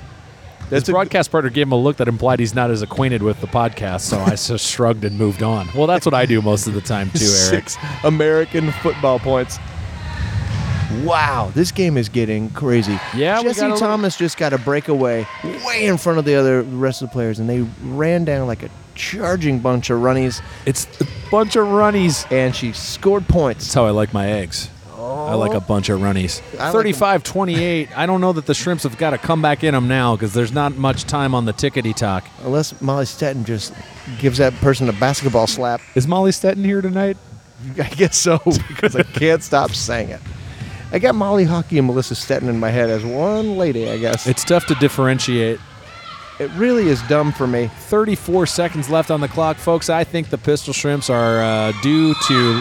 [SPEAKER 1] His
[SPEAKER 2] That's a-
[SPEAKER 1] broadcast partner gave him a look that implied he's not as acquainted with the podcast, so I just shrugged and moved on. Well, that's what I do most of the time too, Eric.
[SPEAKER 2] Six American football points. Wow, this game is getting crazy.
[SPEAKER 1] Yeah, we
[SPEAKER 2] Jesse
[SPEAKER 1] got a little-
[SPEAKER 2] Thomas just got a breakaway way in front of the other rest of the players, and they ran down like a charging bunch of runnies,
[SPEAKER 1] It's a bunch of runnies.
[SPEAKER 2] and she scored
[SPEAKER 1] That's
[SPEAKER 2] points.
[SPEAKER 1] how I like my eggs. I like a bunch of runnies.
[SPEAKER 2] I like
[SPEAKER 1] 35 28. I don't know that the shrimps have got to come back in them now because there's not much time on the tickety talk.
[SPEAKER 2] Unless Molly Stetton just gives that person a basketball slap.
[SPEAKER 1] Is Molly Stetton here tonight?
[SPEAKER 2] I guess so because I can't stop saying it. I got Molly Hockey and Melissa Stetton in my head as one lady. I guess it,
[SPEAKER 1] It's tough to differentiate.
[SPEAKER 2] really is dumb for me.
[SPEAKER 1] 34 seconds left on the clock, folks. I think the pistol shrimps are uh, due to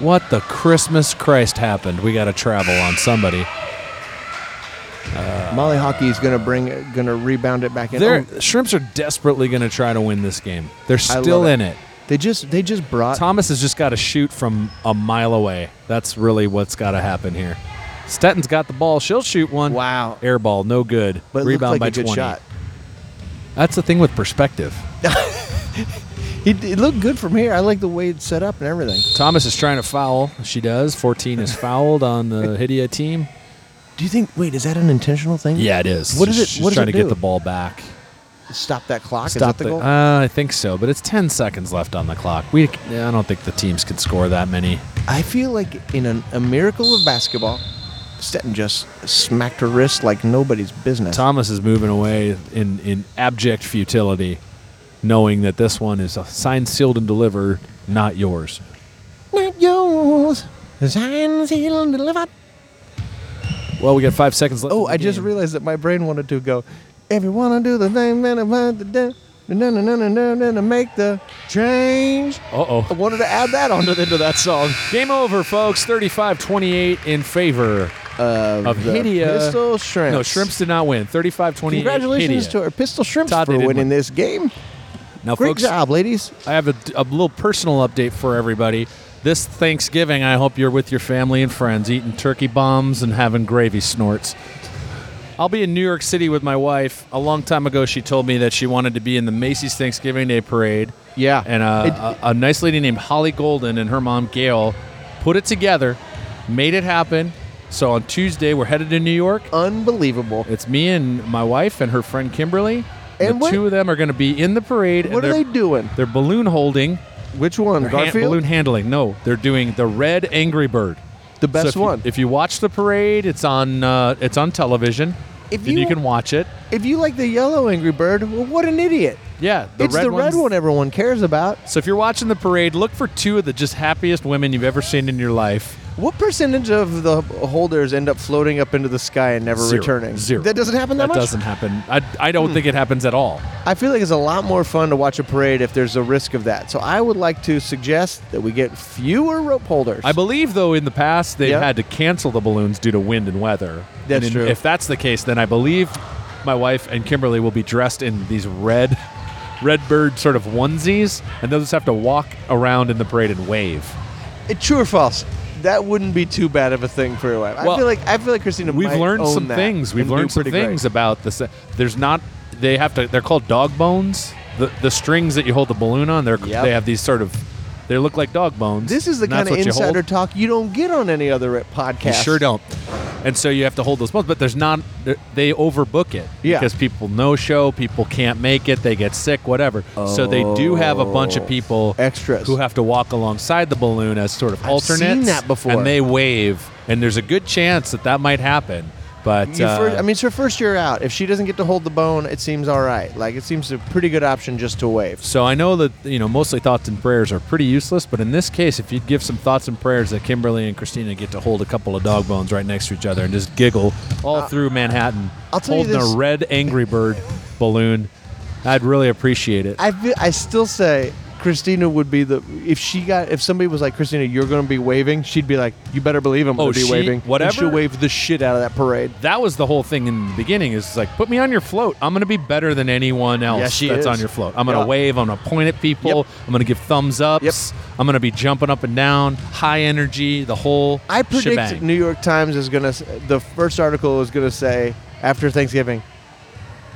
[SPEAKER 1] what the Christmas Christ happened. We got to travel on somebody.
[SPEAKER 2] Molly Hockey is gonna bring, gonna rebound it back in.
[SPEAKER 1] They're,
[SPEAKER 2] Oh,
[SPEAKER 1] shrimps are desperately going to try to win this game. They're
[SPEAKER 2] love
[SPEAKER 1] still
[SPEAKER 2] it.
[SPEAKER 1] in it.
[SPEAKER 2] they just, they just brought
[SPEAKER 1] Thomas has just got to shoot from a mile away. That's really what's got to happen here. Stetton's got the ball. She'll shoot one.
[SPEAKER 2] Wow.
[SPEAKER 1] Air ball, no good.
[SPEAKER 2] But it looked
[SPEAKER 1] Rebound
[SPEAKER 2] like
[SPEAKER 1] by
[SPEAKER 2] a good
[SPEAKER 1] 20.
[SPEAKER 2] shot.
[SPEAKER 1] That's the thing with perspective.
[SPEAKER 2] It, it looked good from here. I like the way it's set up and everything.
[SPEAKER 1] Thomas is trying to foul. She does. 14 is fouled on the Hidia team.
[SPEAKER 2] Do you think? Wait, is that an intentional thing?
[SPEAKER 1] Yeah, it is.
[SPEAKER 2] What does it-
[SPEAKER 1] She's
[SPEAKER 2] what does
[SPEAKER 1] trying
[SPEAKER 2] it
[SPEAKER 1] to get
[SPEAKER 2] do?
[SPEAKER 1] the ball back.
[SPEAKER 2] Stop that clock.
[SPEAKER 1] Stop
[SPEAKER 2] is that the
[SPEAKER 1] the-
[SPEAKER 2] goal?
[SPEAKER 1] Uh, I think so, but it's 10 seconds left on the clock. We, I don't think the teams can score that many.
[SPEAKER 2] I feel like in an, a miracle of basketball, Stetton just smacked her wrist like nobody's business.
[SPEAKER 1] Thomas is moving away in, in abject futility, knowing that this one is signed, sealed, and delivered, not yours.
[SPEAKER 2] Not yours. Sign, seal, and deliver.
[SPEAKER 1] Well, we got five seconds left.
[SPEAKER 2] Oh,
[SPEAKER 1] in the
[SPEAKER 2] I just
[SPEAKER 1] game.
[SPEAKER 2] realized that my brain wanted to go. Everyone will do the thing, man. I want to do. No, no, no, no, no, no, no, make the change. I
[SPEAKER 1] Uh-oh.
[SPEAKER 2] wanted to add that onto the, to that song.
[SPEAKER 1] Game over, folks. 35-28 in favor.
[SPEAKER 2] Uh,
[SPEAKER 1] Of Hidea.
[SPEAKER 2] Pistol Shrimps.
[SPEAKER 1] No, Shrimps did not win. 35-28.
[SPEAKER 2] Congratulations
[SPEAKER 1] Hidia.
[SPEAKER 2] to our Pistol Shrimps
[SPEAKER 1] Todd, they
[SPEAKER 2] for
[SPEAKER 1] didn't win.
[SPEAKER 2] winning this game.
[SPEAKER 1] Now,
[SPEAKER 2] Great
[SPEAKER 1] folks,
[SPEAKER 2] job, ladies.
[SPEAKER 1] I have a, a little personal update for everybody. This Thanksgiving, I hope you're with your family and friends, eating turkey bombs and having gravy snorts. I'll be in New York City with my wife. A long time ago, she told me that she wanted to be in the Macy's Thanksgiving Day Parade.
[SPEAKER 2] Yeah.
[SPEAKER 1] And uh, a, a nice lady named Holly Golden and her mom, Gail, put it together, made it happen. So on Tuesday, we're headed to New York.
[SPEAKER 2] Unbelievable.
[SPEAKER 1] It's me and my wife and her friend Kimberly. the
[SPEAKER 2] And what-
[SPEAKER 1] two of them are going to be in the parade. and
[SPEAKER 2] What are
[SPEAKER 1] they're-
[SPEAKER 2] they doing?
[SPEAKER 1] They're balloon holding.
[SPEAKER 2] Which one?
[SPEAKER 1] They're hand-
[SPEAKER 2] Garfield?
[SPEAKER 1] balloon handling. No, they're doing the red Angry Bird.
[SPEAKER 2] The
[SPEAKER 1] So
[SPEAKER 2] best
[SPEAKER 1] if you-
[SPEAKER 2] one.
[SPEAKER 1] if you watch the parade, it's on uh, it's on television.
[SPEAKER 2] If
[SPEAKER 1] and you
[SPEAKER 2] you-
[SPEAKER 1] can watch it.
[SPEAKER 2] If you like the yellow Angry Bird, well, what an idiot.
[SPEAKER 1] Yeah,
[SPEAKER 2] it's the red
[SPEAKER 1] ones-
[SPEAKER 2] one everyone cares about.
[SPEAKER 1] So if you're watching the parade, look for two of the just happiest women you've ever seen in your life.
[SPEAKER 2] What percentage of the holders end up floating up into the sky and never
[SPEAKER 1] Zero.
[SPEAKER 2] returning?
[SPEAKER 1] Zero.
[SPEAKER 2] That doesn't happen that, much? Hmm.
[SPEAKER 1] doesn't happen. I, I don't think it happens at all.
[SPEAKER 2] I feel like it's a lot more fun to watch a parade if there's a risk of that. So I would like to suggest that we get fewer rope holders.
[SPEAKER 1] I believe though in the past they've
[SPEAKER 2] Yeah.
[SPEAKER 1] had to cancel the balloons due to wind and weather.
[SPEAKER 2] That's
[SPEAKER 1] And in-
[SPEAKER 2] true.
[SPEAKER 1] If that's the case, then I believe my wife and Kimberly will be dressed in these red red bird sort of onesies and they'll just have to walk around in the parade and wave.
[SPEAKER 2] Eh, True or false? That wouldn't be too bad of a thing for your wife.
[SPEAKER 1] Well,
[SPEAKER 2] I feel like I feel like Christina.
[SPEAKER 1] We've
[SPEAKER 2] might
[SPEAKER 1] learned
[SPEAKER 2] own
[SPEAKER 1] some
[SPEAKER 2] that
[SPEAKER 1] things. We've
[SPEAKER 2] and do
[SPEAKER 1] learned some
[SPEAKER 2] pretty great.
[SPEAKER 1] things about this. There's not they have to they're called dog bones. The the strings that you hold the balloon on, they're
[SPEAKER 2] Yep.
[SPEAKER 1] they have these sort of they look like dog bones.
[SPEAKER 2] This is the
[SPEAKER 1] and that's
[SPEAKER 2] kind
[SPEAKER 1] what
[SPEAKER 2] of
[SPEAKER 1] you hold.
[SPEAKER 2] insider talk you don't get on any other podcast.
[SPEAKER 1] You sure don't. And so you have to hold those bones, but there's not they overbook it
[SPEAKER 2] Yeah.
[SPEAKER 1] because people no show, people can't make it, they get sick, whatever. So they do have a bunch of people
[SPEAKER 2] Oh. Extras.
[SPEAKER 1] who have to walk alongside the balloon as sort of
[SPEAKER 2] seen
[SPEAKER 1] alternates.
[SPEAKER 2] that before.
[SPEAKER 1] and they wave, and there's a good chance that that might happen. But
[SPEAKER 2] Your
[SPEAKER 1] uh,
[SPEAKER 2] first, I mean, it's her first year out. If she doesn't get to hold the bone, it seems all right. Like it seems a pretty good option just to wave.
[SPEAKER 1] So I know that you know mostly thoughts and prayers are pretty useless, but in this case, if you'd give some thoughts and prayers that Kimberly and Christina get to hold a couple of dog bones right next to each other and just giggle all through Manhattan,
[SPEAKER 2] Uh, I'll tell you
[SPEAKER 1] holding
[SPEAKER 2] this-
[SPEAKER 1] a red Angry Bird balloon, I'd really appreciate it.
[SPEAKER 2] I feel, I still say Christina would be the if she got if somebody was like Christina, you're going to be waving. She'd be like, you better believe I'm
[SPEAKER 1] Oh,
[SPEAKER 2] going to be
[SPEAKER 1] she-
[SPEAKER 2] waving. And
[SPEAKER 1] whatever-
[SPEAKER 2] she'll wave the shit out of that parade.
[SPEAKER 1] that was the whole thing in the beginning. Is like, put me on your float. I'm gonna be better than anyone else
[SPEAKER 2] Yeah, she
[SPEAKER 1] that's
[SPEAKER 2] is.
[SPEAKER 1] on your float. I'm gonna
[SPEAKER 2] Yeah.
[SPEAKER 1] wave. I'm gonna point at people.
[SPEAKER 2] Yep.
[SPEAKER 1] I'm gonna give thumbs ups. I'm gonna be jumping up and down, high energy, the whole.
[SPEAKER 2] I predict
[SPEAKER 1] shebang.
[SPEAKER 2] New York Times is going to the first article is going to say after Thanksgiving.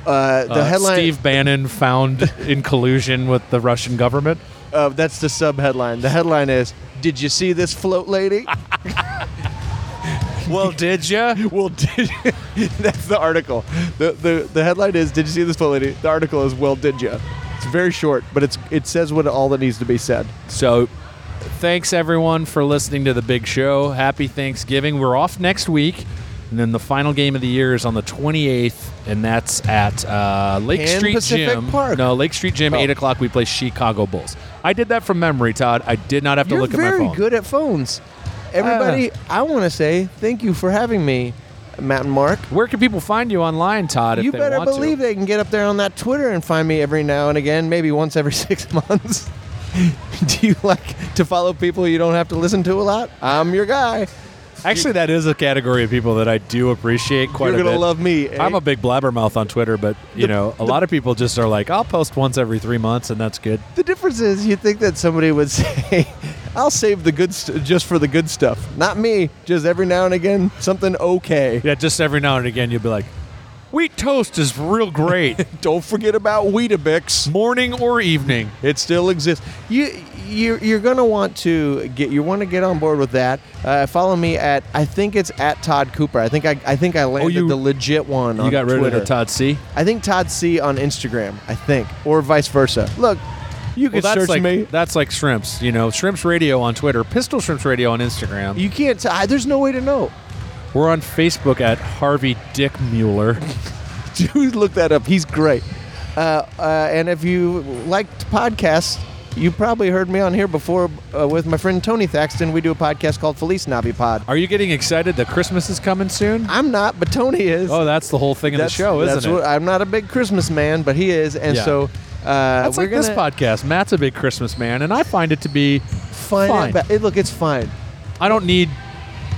[SPEAKER 2] Uh, the
[SPEAKER 1] Uh,
[SPEAKER 2] headline
[SPEAKER 1] Steve Bannon found in collusion with the Russian government.
[SPEAKER 2] uh, that's the sub headline. The headline is, "Did you see this float lady?"
[SPEAKER 1] Well, did you?
[SPEAKER 2] Well, did that's the article. The, the The headline is "Did you see this photo lady?" The article is "Well, did you?" It's very short, but it's it says what all that needs to be said.
[SPEAKER 1] So, thanks everyone for listening to the big show. Happy Thanksgiving. We're off next week, and then the final game of the year is on the 28th, and that's at uh, Lake
[SPEAKER 2] Pan
[SPEAKER 1] Street
[SPEAKER 2] Pacific
[SPEAKER 1] Gym.
[SPEAKER 2] Park.
[SPEAKER 1] No, Lake Street Gym,
[SPEAKER 2] Oh.
[SPEAKER 1] eight o'clock. We play Chicago Bulls. I did that from memory, Todd. I did not have to
[SPEAKER 2] You're
[SPEAKER 1] look at my
[SPEAKER 2] very
[SPEAKER 1] phone. Uh,
[SPEAKER 2] good at phones. Everybody, I want to say thank you for having me, Matt and Mark.
[SPEAKER 1] Where can people find you online, Todd?
[SPEAKER 2] You
[SPEAKER 1] if they
[SPEAKER 2] better
[SPEAKER 1] want to?
[SPEAKER 2] believe they can get up there on that Twitter and find me every now and again, maybe once every six months. Do you like to follow people you don't have to listen to a lot? I'm your guy.
[SPEAKER 1] Actually, that is a category of people that I do appreciate quite
[SPEAKER 2] You're
[SPEAKER 1] a bit.
[SPEAKER 2] gonna love me. eh?
[SPEAKER 1] I'm a big blabbermouth on Twitter, but you know, a lot of people just are like, "I'll post once every three months, and that's good."
[SPEAKER 2] The difference is you think that somebody would say, I'll save the good st- just for the good stuff. Not me. Just every now and again, something okay.
[SPEAKER 1] Yeah, just every now and again you'll be like, wheat toast is real great,
[SPEAKER 2] Don't forget about Weetabix.
[SPEAKER 1] morning or evening.
[SPEAKER 2] It still exists. You, you you're gonna want to get you want to get on board with that. Uh, follow me at I think it's at Todd Cooper. I think I I think I landed
[SPEAKER 1] Oh, you-
[SPEAKER 2] the legit one.
[SPEAKER 1] You
[SPEAKER 2] on
[SPEAKER 1] got rid
[SPEAKER 2] Twitter.
[SPEAKER 1] of the Todd C.
[SPEAKER 2] I think Todd C on Instagram. I think or vice versa. Look, you can
[SPEAKER 1] Well, that's
[SPEAKER 2] search
[SPEAKER 1] like
[SPEAKER 2] me.
[SPEAKER 1] that's like shrimps. You know, shrimps radio on Twitter, pistol shrimps radio on Instagram.
[SPEAKER 2] You can't. T- I, there's no way to know.
[SPEAKER 1] We're on Facebook at Harvey Dick Mueller.
[SPEAKER 2] Dude, look that up. He's great. Uh, uh, and if you liked podcasts, you probably heard me on here before uh, with my friend Tony Thaxton. We do a podcast called Felice Navi Pod.
[SPEAKER 1] Are you getting excited that Christmas is coming soon?
[SPEAKER 2] I'm not, but Tony is.
[SPEAKER 1] Oh, that's the whole thing of the show, isn't
[SPEAKER 2] that's
[SPEAKER 1] it?
[SPEAKER 2] What, I'm not a big Christmas man, but he is, and
[SPEAKER 1] Yeah.
[SPEAKER 2] so uh,
[SPEAKER 1] that's
[SPEAKER 2] we're
[SPEAKER 1] like
[SPEAKER 2] gonna
[SPEAKER 1] this podcast. Matt's a big Christmas man, and I find it to be
[SPEAKER 2] find
[SPEAKER 1] fine.
[SPEAKER 2] out about- it- look, it's fine.
[SPEAKER 1] I don't need.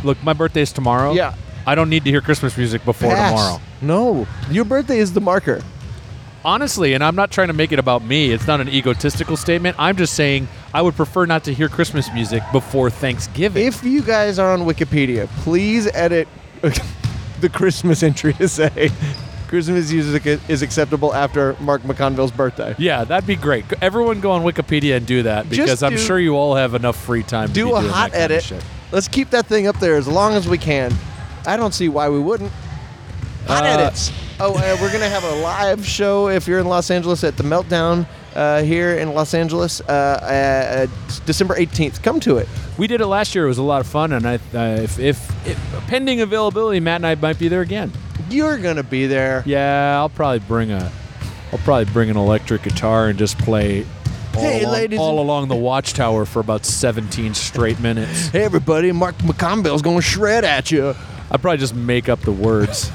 [SPEAKER 1] Look, my birthday's tomorrow.
[SPEAKER 2] Yeah.
[SPEAKER 1] I don't need to hear Christmas music before
[SPEAKER 2] Pass.
[SPEAKER 1] tomorrow.
[SPEAKER 2] No, your birthday is the marker.
[SPEAKER 1] Honestly, and I'm not trying to make it about me. It's not an egotistical statement. I'm just saying I would prefer not to hear Christmas music before Thanksgiving.
[SPEAKER 2] If you guys are on Wikipedia, please edit the Christmas entry to say Christmas music is acceptable after Mark McConville's birthday.
[SPEAKER 1] yeah, that'd be great. Everyone go on Wikipedia and do that
[SPEAKER 2] Just
[SPEAKER 1] because I'm
[SPEAKER 2] do-
[SPEAKER 1] sure you all have enough free time to
[SPEAKER 2] Do
[SPEAKER 1] be
[SPEAKER 2] a
[SPEAKER 1] doing
[SPEAKER 2] hot
[SPEAKER 1] that kind of
[SPEAKER 2] edit.
[SPEAKER 1] shit.
[SPEAKER 2] Let's keep that thing up there as long as we can. I don't see why we wouldn't. Hot
[SPEAKER 1] Uh,
[SPEAKER 2] edits. Oh, uh, we're gonna have a live show if you're in Los Angeles at the Meltdown uh, here in Los Angeles, uh, uh, uh, December 18th. Come to it.
[SPEAKER 1] We did it last year. It was a lot of fun, and I, uh, if, if, if pending availability, Matt and I might be there again.
[SPEAKER 2] You're gonna be there.
[SPEAKER 1] Yeah, I'll probably bring a, I'll probably bring an electric guitar and just play. All,
[SPEAKER 2] Hey,
[SPEAKER 1] along,
[SPEAKER 2] ladies
[SPEAKER 1] all
[SPEAKER 2] and-
[SPEAKER 1] along the watchtower for about 17 straight minutes.
[SPEAKER 2] Hey everybody, Mark McConville's gonna shred at you.
[SPEAKER 1] I probably just make up the words.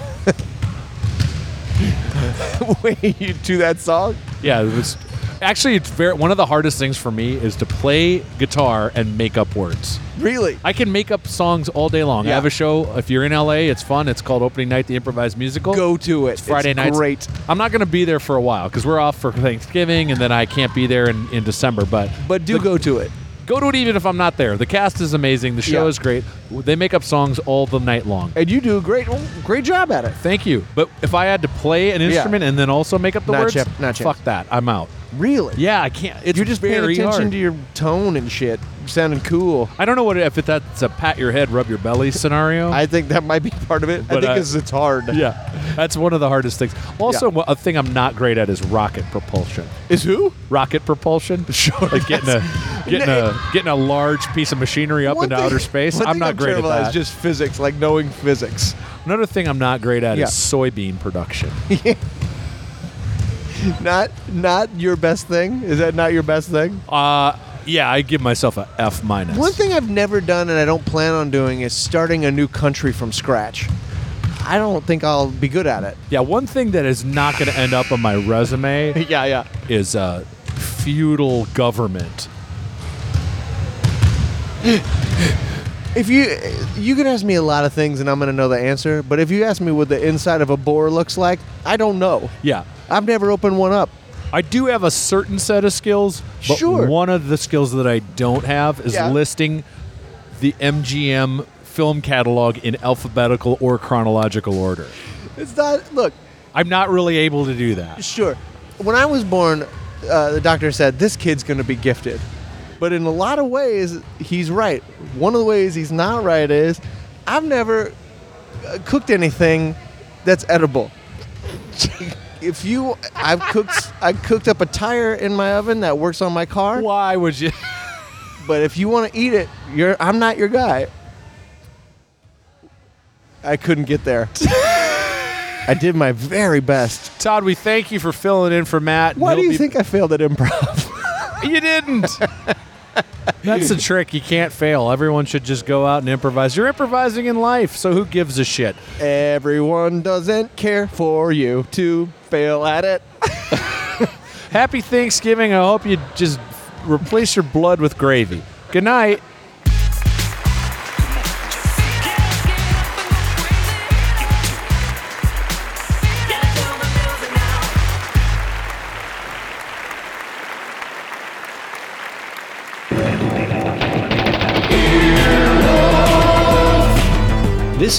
[SPEAKER 2] Wait, you do that song?
[SPEAKER 1] yeah, it was actually it's very one of the hardest things for me is to play guitar and make up words.
[SPEAKER 2] Really?
[SPEAKER 1] I can make up songs all day long. I
[SPEAKER 2] Yeah.
[SPEAKER 1] have a show. If you're in LA, it's fun. It's called Opening Night, the improvised musical.
[SPEAKER 2] Go to it. It's
[SPEAKER 1] Friday nights.
[SPEAKER 2] Great.
[SPEAKER 1] I'm not going to be there for a while because we're off for Thanksgiving, and then I can't be there in, in December. But
[SPEAKER 2] But do go to it.
[SPEAKER 1] go to it even if I'm not there. The cast is amazing. The show
[SPEAKER 2] Yeah.
[SPEAKER 1] is great. They make up songs all the night long.
[SPEAKER 2] And you do a great, great job at it.
[SPEAKER 1] Thank you. But if I had to play an instrument and then also make up the
[SPEAKER 2] Not
[SPEAKER 1] words,
[SPEAKER 2] chap- not chap.
[SPEAKER 1] fuck that. I'm out.
[SPEAKER 2] Really?
[SPEAKER 1] Yeah, I can't. It's
[SPEAKER 2] You're just paying
[SPEAKER 1] very
[SPEAKER 2] attention
[SPEAKER 1] hard.
[SPEAKER 2] to your tone and shit. Sounding cool.
[SPEAKER 1] I don't know what if it, that's a pat your head, rub your belly scenario.
[SPEAKER 2] I think that might be part of it. I
[SPEAKER 1] But
[SPEAKER 2] think
[SPEAKER 1] I-
[SPEAKER 2] it's, it's hard.
[SPEAKER 1] yeah, that's one of the hardest things. Also,
[SPEAKER 2] Yeah.
[SPEAKER 1] wha- a thing I'm not great at is rocket propulsion.
[SPEAKER 2] Is who?
[SPEAKER 1] rocket propulsion. Sure. Like getting a getting a getting a large piece of machinery up
[SPEAKER 2] One
[SPEAKER 1] into
[SPEAKER 2] thing-
[SPEAKER 1] outer space.
[SPEAKER 2] one
[SPEAKER 1] I'm
[SPEAKER 2] thing
[SPEAKER 1] not great at
[SPEAKER 2] terrible
[SPEAKER 1] that.
[SPEAKER 2] Is just physics, like knowing physics.
[SPEAKER 1] Another thing I'm not great at
[SPEAKER 2] Yeah.
[SPEAKER 1] is soybean production.
[SPEAKER 2] Not not your best thing. Is that not your best thing?
[SPEAKER 1] uh yeah, I give myself a F minus.
[SPEAKER 2] One thing I've never done and I don't plan on doing is starting a new country from scratch. I don't think I'll be good at it.
[SPEAKER 1] Yeah, one thing that is not going to end up on my resume
[SPEAKER 2] Yeah, yeah.
[SPEAKER 1] is uh, feudal government.
[SPEAKER 2] If you you can ask me a lot of things and I'm gonna know the answer, but if you ask me what the inside of a boar looks like, I don't know.
[SPEAKER 1] Yeah.
[SPEAKER 2] I've never opened one up.
[SPEAKER 1] I do have a certain set of skills, but
[SPEAKER 2] Sure.
[SPEAKER 1] one of the skills that I don't have is
[SPEAKER 2] Yeah.
[SPEAKER 1] listing the MGM film catalog in alphabetical or chronological order.
[SPEAKER 2] It's not. Look,
[SPEAKER 1] I'm not really able to do that.
[SPEAKER 2] sure. When I was born, uh, the doctor said this kid's going to be gifted, but in a lot of ways, he's right. One of the ways he's not right is I've never uh, cooked anything that's edible. if you, I've cooked, I cooked up a tire in my oven that works on my car.
[SPEAKER 1] Why would you?
[SPEAKER 2] But if you want to eat it, you're I'm not your guy. I couldn't get there. I did my very best.
[SPEAKER 1] Todd, we thank you for filling in for Matt. and
[SPEAKER 2] Why do
[SPEAKER 1] he'll
[SPEAKER 2] you
[SPEAKER 1] be-
[SPEAKER 2] think I failed at improv?
[SPEAKER 1] you didn't? That's the trick. You can't fail. Everyone should just go out and improvise. You're improvising in life, so who gives a shit?
[SPEAKER 2] Everyone doesn't care for you to fail at it.
[SPEAKER 1] Happy Thanksgiving. I hope you just replace your blood with gravy. Good night.
[SPEAKER 5] This